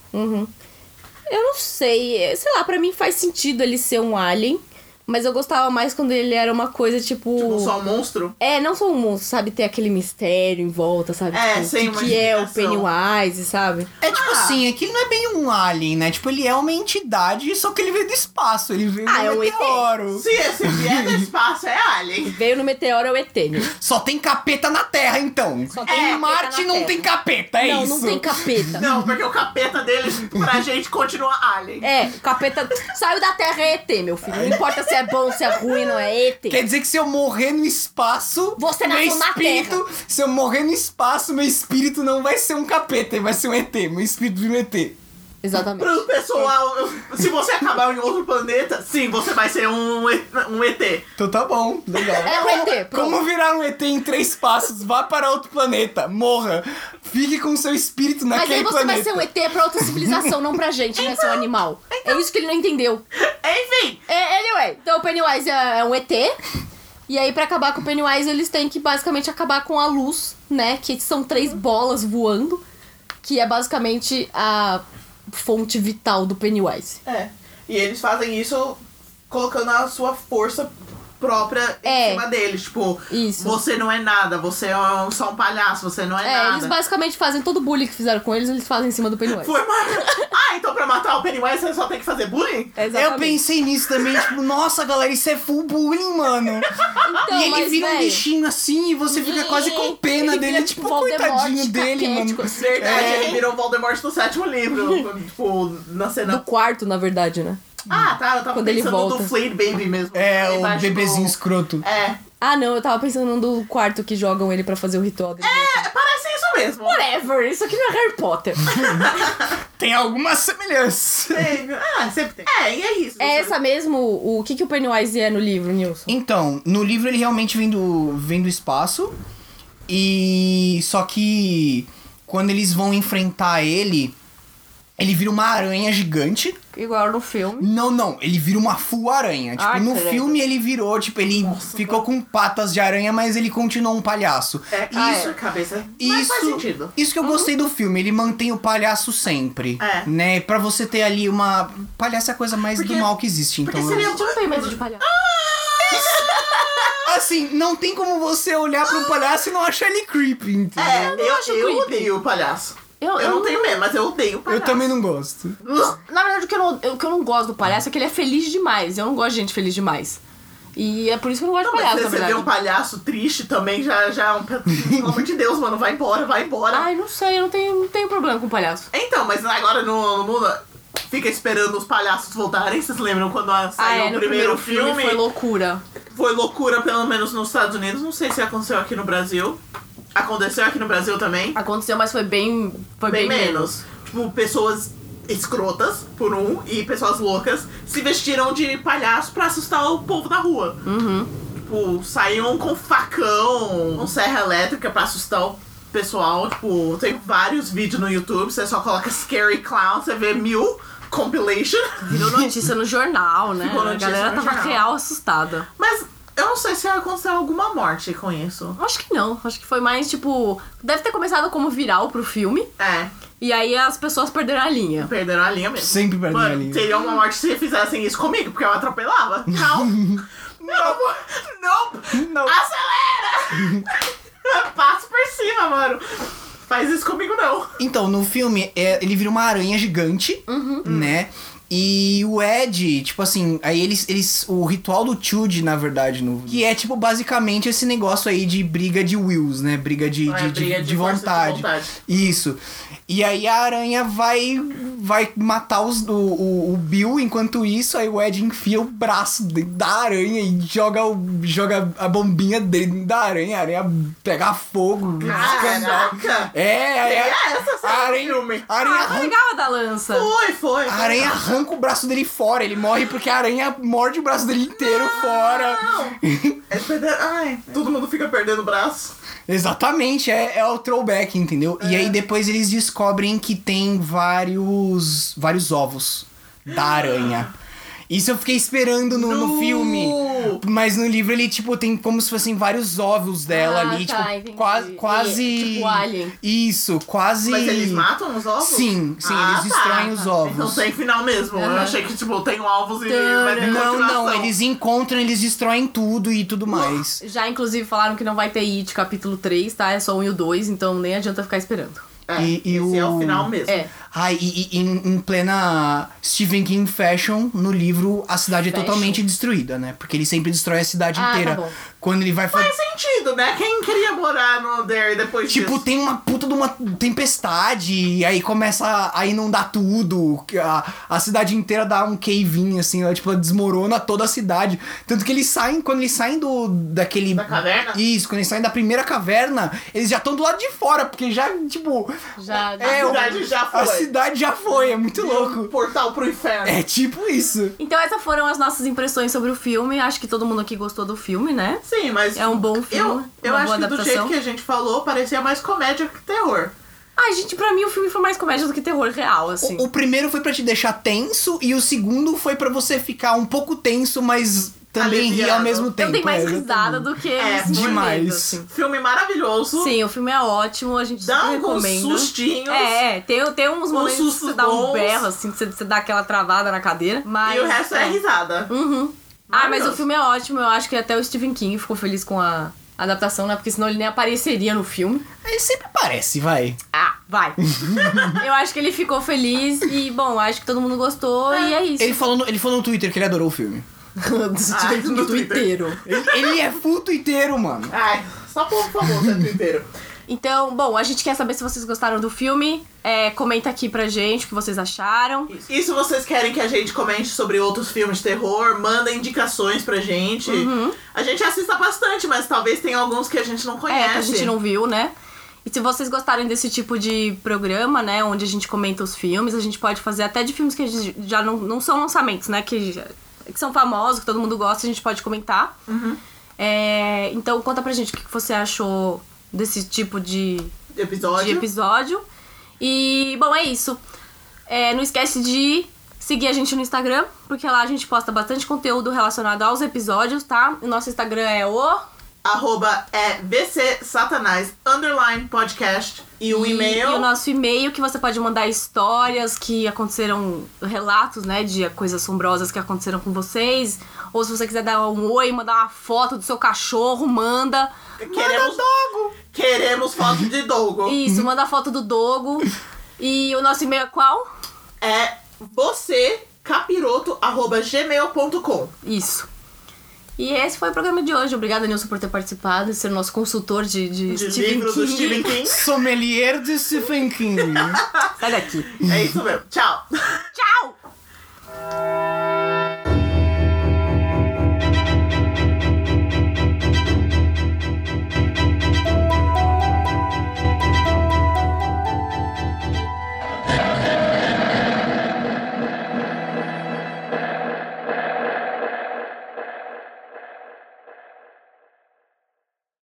A: Eu não sei, é, sei lá, pra mim faz sentido ele ser um alien, mas eu gostava mais quando ele era uma coisa tipo.
B: Tipo, só um monstro.
A: É, não só um monstro, sabe? Ter aquele mistério em volta, sabe?
B: É,
A: tipo,
B: sem
A: o
B: uma
A: que, que é o
B: explicação.
A: Pennywise, sabe?
C: É tipo
B: Ah.
C: assim, é que ele não é bem um alien, né? Tipo, ele é uma entidade, só que ele veio do espaço. Ele veio
A: Ah,
C: do
A: é um ET.
C: meteoro.
B: Se esse vier do espaço, é alien.
A: Veio no meteoro é o ET, né?
C: Só tem capeta na Terra, então.
A: Só tem capeta
C: em Marte
A: na
C: não
A: Terra.
C: tem capeta, é
A: não,
C: isso.
A: não tem capeta.
B: Não, porque o capeta dele, pra gente, continua alien.
A: É, o capeta saiu da Terra é ET, meu filho. Não importa se é bom, se é ruim, não é ET.
C: Quer dizer que se eu morrer no espaço,
A: Você
C: meu
A: nasceu na
C: espírito, se eu morrer no espaço, meu espírito não vai ser um capeta, vai ser um ET, meu espírito vira um ET.
A: Exatamente.
B: Pro pessoal, eu- se você acabar em outro planeta, sim, você vai ser um, E- um ET.
C: Então tá bom, legal.
A: É um ET, pronto.
C: Como virar um ET em três passos? Vá para outro planeta, morra, fique com seu espírito
A: Mas aí
C: naquele
A: você vai
C: planeta.
A: ser um ET pra outra civilização, não pra gente, né, seu animal? É isso que ele não entendeu.
B: Enfim,
A: É, anyway, então o Pennywise é é um ET. E aí, pra acabar com o Pennywise, eles têm que basicamente acabar com a luz, né? Que são três bolas voando, que é basicamente a fonte vital do Pennywise.
B: é. E eles fazem isso colocando a sua força própria em
A: É.
B: cima deles. Tipo,
A: Isso.
B: você não é nada, você é um- só um palhaço, você não é,
A: É, eles
B: nada.
A: basicamente fazem todo o bullying que fizeram com eles, eles fazem em cima do Pennywise.
B: Foi mais. Ah, então pra matar o Pennywise você só tem que fazer bullying?
C: Eu pensei nisso também, tipo, nossa galera, isso é full bullying, mano.
A: Então,
C: e ele
A: mas,
C: vira um
A: velho,
C: bichinho assim e você fica quase com pena
A: ele
C: dele,
A: vira, um
C: tipo,
A: Voldemort
C: coitadinho dele, mano.
A: caquético, assim,
B: Verdade,
A: É.
B: ele virou Voldemort no sétimo livro. tipo, na cena.
A: É, Do quarto, na verdade, né?
B: Ah, tá, eu tava
A: Quando ele
B: pensando no
A: volta.
B: do Flayed Baby mesmo.
C: É,
B: Ele
C: o
B: vai, tipo,
C: bebezinho escroto.
B: É.
A: Ah, não, eu tava pensando no do quarto que jogam ele pra fazer o ritual dele.
B: É, parece isso mesmo.
A: Whatever, isso aqui não é Harry Potter.
C: Tem alguma semelhança.
B: Tem. Ah, sempre tem. É, e é isso.
A: É essa mesmo o que, que o Pennywise é no livro, Nilson?
C: Então, no livro ele realmente vem do, vem do espaço. E. Só que. Quando eles vão enfrentar ele. Ele vira uma aranha gigante.
A: Igual no filme.
C: Não, não. Ele vira uma full aranha. Tipo,
A: Ai,
C: no
A: credo.
C: filme ele virou, tipo, ele ficou com patas de aranha, mas ele continuou um palhaço.
B: É,
A: Ah,
B: isso,
A: é.
B: cabeça.
C: Isso,
B: Mas faz sentido. Uhum.
C: isso que eu gostei do filme, ele mantém o palhaço sempre.
B: É.
C: Né? Pra você ter ali uma. Palhaço é a coisa mais
B: Porque-
C: do mal que existe, então.
B: Porque seria.
A: Eu não Ah, tenho medo de palhaço.
C: Assim, não tem como você olhar pra um palhaço e não achar ele creepy, entendeu?
B: É, eu,
A: acho
B: eu,
A: creepy.
B: odeio o palhaço.
A: Eu-
B: Eu,
A: eu
B: não
A: não-
B: tenho medo, mas eu odeio o
C: Eu
B: palhaço.
C: também não gosto.
A: Na verdade, o que, eu não, o que eu não gosto do palhaço é que ele é feliz demais. Eu não gosto de gente feliz demais. E é por isso que eu não gosto de
B: Não, mas
A: palhaço, na
B: você vê
A: verdade.
B: um palhaço triste também, já, já é um. Pelo amor de Deus, mano, vai embora, vai embora.
A: Ai, não sei, eu não tenho, não tenho problema com palhaço.
B: Então, mas agora no, no mundo fica esperando os palhaços voltarem. Vocês lembram quando ah,
A: Ah,
B: saiu
A: é,
B: o
A: no
B: primeiro, filme?
A: foi loucura.
B: Foi loucura, pelo menos nos Estados Unidos. Não sei se aconteceu aqui no Brasil. Aconteceu aqui no Brasil também.
A: Aconteceu, mas foi bem. Foi bem,
B: bem, menos. Tipo, pessoas escrotas, por um, e pessoas loucas se vestiram de palhaço pra assustar o povo da rua. Tipo, saíam com facão, com serra elétrica pra assustar o pessoal. Tipo, tem vários vídeos no YouTube, você só coloca Scary Clown, você vê mil compilation.
A: Virou notícia no jornal, né?
B: Ficou
A: A
B: notícia
A: galera
B: no
A: tava
B: jornal.
A: real assustada.
B: Mas eu não sei se aconteceu alguma morte com isso.
A: Acho que não. Acho que foi mais tipo. Deve ter começado como viral pro filme.
B: É,
A: E aí as pessoas perderam a linha.
B: perderam a linha mesmo.
C: Sempre perdendo a
B: Mano,
C: linha.
B: seria uma morte se fizessem isso comigo, porque eu atropelava. Não! não! Não!
C: Não.
B: Acelera! Passa por cima, mano. Faz isso comigo, não.
C: Então, no filme, é, ele vira uma aranha gigante, né? E o Ed, tipo assim, aí eles. eles o ritual do Chud, na verdade, no. Que é, tipo, basicamente esse negócio aí de briga de wills, né? Briga de,
B: É,
C: de, de-
B: briga de
C: de
B: força de
C: vontade.
B: vontade.
C: Isso. E aí a aranha vai. vai matar os, o, o, o Bill, enquanto isso, aí o Ed enfia o braço de- da aranha e joga, o- joga a bombinha dentro da aranha, a aranha pega fogo. escandala.
B: Caraca!
C: É, aí a-
B: é essa
C: a
B: cena do
C: aranha,
B: filme?
C: a aranha
A: Ah,
C: arranca
A: legal a da lança.
B: Foi, foi.
C: a aranha arranca o braço dele fora, ele morre porque a aranha morde o braço dele inteiro fora.
B: É perder... Ai, todo mundo fica perdendo o braço.
C: Exatamente, é, é o throwback, entendeu? E aí depois eles descobrem que tem vários vários ovos da aranha. Isso eu fiquei esperando no, no
B: No!
C: filme. Mas no livro ele, tipo, tem como se fossem vários ovos dela
G: Ah,
C: ali.
G: tá,
C: tipo,
G: entendi.
C: qua- quase.
G: E- tipo Alien.
C: Isso, quase.
B: Mas eles matam os ovos?
C: Sim, sim,
B: Ah,
C: eles destroem
B: tá.
C: os ovos.
B: Então sem final mesmo. Eu
G: Aham.
B: achei que, tipo, tem ovos e vai ter
C: Não,
B: continuação.
C: não, eles encontram, eles destroem tudo e tudo mais.
A: Já, inclusive, falaram que não vai ter It capítulo 3, tá? É só o 1 e o 2, então nem adianta ficar esperando.
B: É,
C: E- e
B: esse é
C: o-
B: o final mesmo.
A: É.
C: Ai, e, e- em, em plena Stephen King fashion, no livro, a cidade é
A: Fashion.
C: totalmente destruída, né? Porque ele sempre destrói a cidade
A: Ah, tá
C: inteira.
A: bom. é
C: Quando ele vai fazer.
B: Faz sentido, né? Quem queria morar no Derry depois
C: Tipo,
B: disso?
C: tem uma puta de uma tempestade, e aí começa a inundar tudo. que A, a cidade inteira dá um cave-in, assim, ela, tipo, ela desmorona toda a cidade. Tanto que eles saem, quando eles saem do daquele.
B: Da caverna?
C: Isso, quando eles saem da primeira caverna, eles já estão do lado de fora, porque já, tipo.
A: Já.
C: é,
B: a
C: o-
B: cidade já foi.
C: A cidade já foi, é muito
B: Um
C: louco.
B: portal pro inferno.
C: É tipo isso.
A: Então essas foram as nossas impressões sobre o filme. Acho que todo mundo aqui gostou do filme, né?
B: Sim, mas.
A: É um bom filme,
B: Eu, eu
A: uma
B: acho
A: boa
B: que do
A: adaptação.
B: jeito que a gente falou, parecia mais comédia que terror.
A: Ai, gente, pra mim o filme foi mais comédia do que terror real, assim.
C: O, o primeiro foi pra te deixar tenso e o segundo foi pra você ficar um pouco tenso, mas também rir ao
B: Aliviado.
C: mesmo tempo.
A: eu dei mais
C: é,
A: risada
C: exatamente.
A: do que
B: É,
A: mesmo
C: demais.
A: medo, assim.
B: Filme maravilhoso.
A: Sim, o filme é ótimo, a gente
B: Dá um
A: super
B: alguns
A: recomenda.
B: sustinhos.
A: É, é, tem, tem uns momentos que
B: sustos
A: você dá um
B: bons.
A: berro, assim, que você, você dá aquela travada na cadeira. Mas,
B: E o resto é risada.
A: Ah, mas o
B: Maravilhoso.
A: filme é ótimo. Eu acho que até o Stephen King ficou feliz com a adaptação, né? Porque senão ele nem apareceria no filme.
C: Aí sempre parece, vai.
A: Ah, vai. eu acho que ele ficou feliz e, bom, acho que todo mundo gostou e é isso.
C: Ele falou, no, ele falou no Twitter que ele adorou o filme.
A: Do Stephen King
B: Ah, no
A: do
B: Twitter.
A: inteiro.
C: Ele, ele é full inteiro, mano.
B: Ai, só por favor, centro inteiro.
A: Então, bom, a gente quer saber se vocês gostaram do filme. É, comenta aqui pra gente o que vocês acharam.
B: E se vocês querem que a gente comente sobre outros filmes de terror, manda indicações pra gente. A gente assista bastante, mas talvez tenha alguns que a gente não
A: Uhum. É,
B: conhece.
A: que a gente não viu, né? E se vocês gostarem desse tipo de programa, né, onde a gente comenta os filmes, a gente pode fazer até de filmes que a gente já não, não são lançamentos, né, que, já- que são famosos, que todo mundo gosta, a gente pode comentar.
B: Uhum.
A: É, então conta pra gente o que que você achou desse tipo de,
B: Episódio.
A: de episódio. E, bom, é isso. É, não esquece de seguir a gente no Instagram, porque lá a gente posta bastante conteúdo relacionado aos episódios, tá? O nosso Instagram é o...
B: Arroba é VC Satanás Underline Podcast. E o e-mail.
A: E o nosso e-mail que você pode mandar histórias que aconteceram, relatos, né, de coisas assombrosas que aconteceram com vocês. Ou se você quiser dar um oi, mandar uma foto do seu cachorro, manda.
B: Queremos Dogo! Queremos foto de Dogo.
A: Isso, manda a foto do Dogo. E o nosso e-mail é qual?
B: É você capiroto@gmail.com.
A: Isso. E esse foi o programa de hoje. Obrigada, Nilson, por ter participado e ser nosso consultor de, de,
B: De
A: Stephen
B: livro
A: King.
B: do Stephen King.
C: Sommelier de Stephen King.
A: Sai daqui.
B: É isso mesmo. Tchau.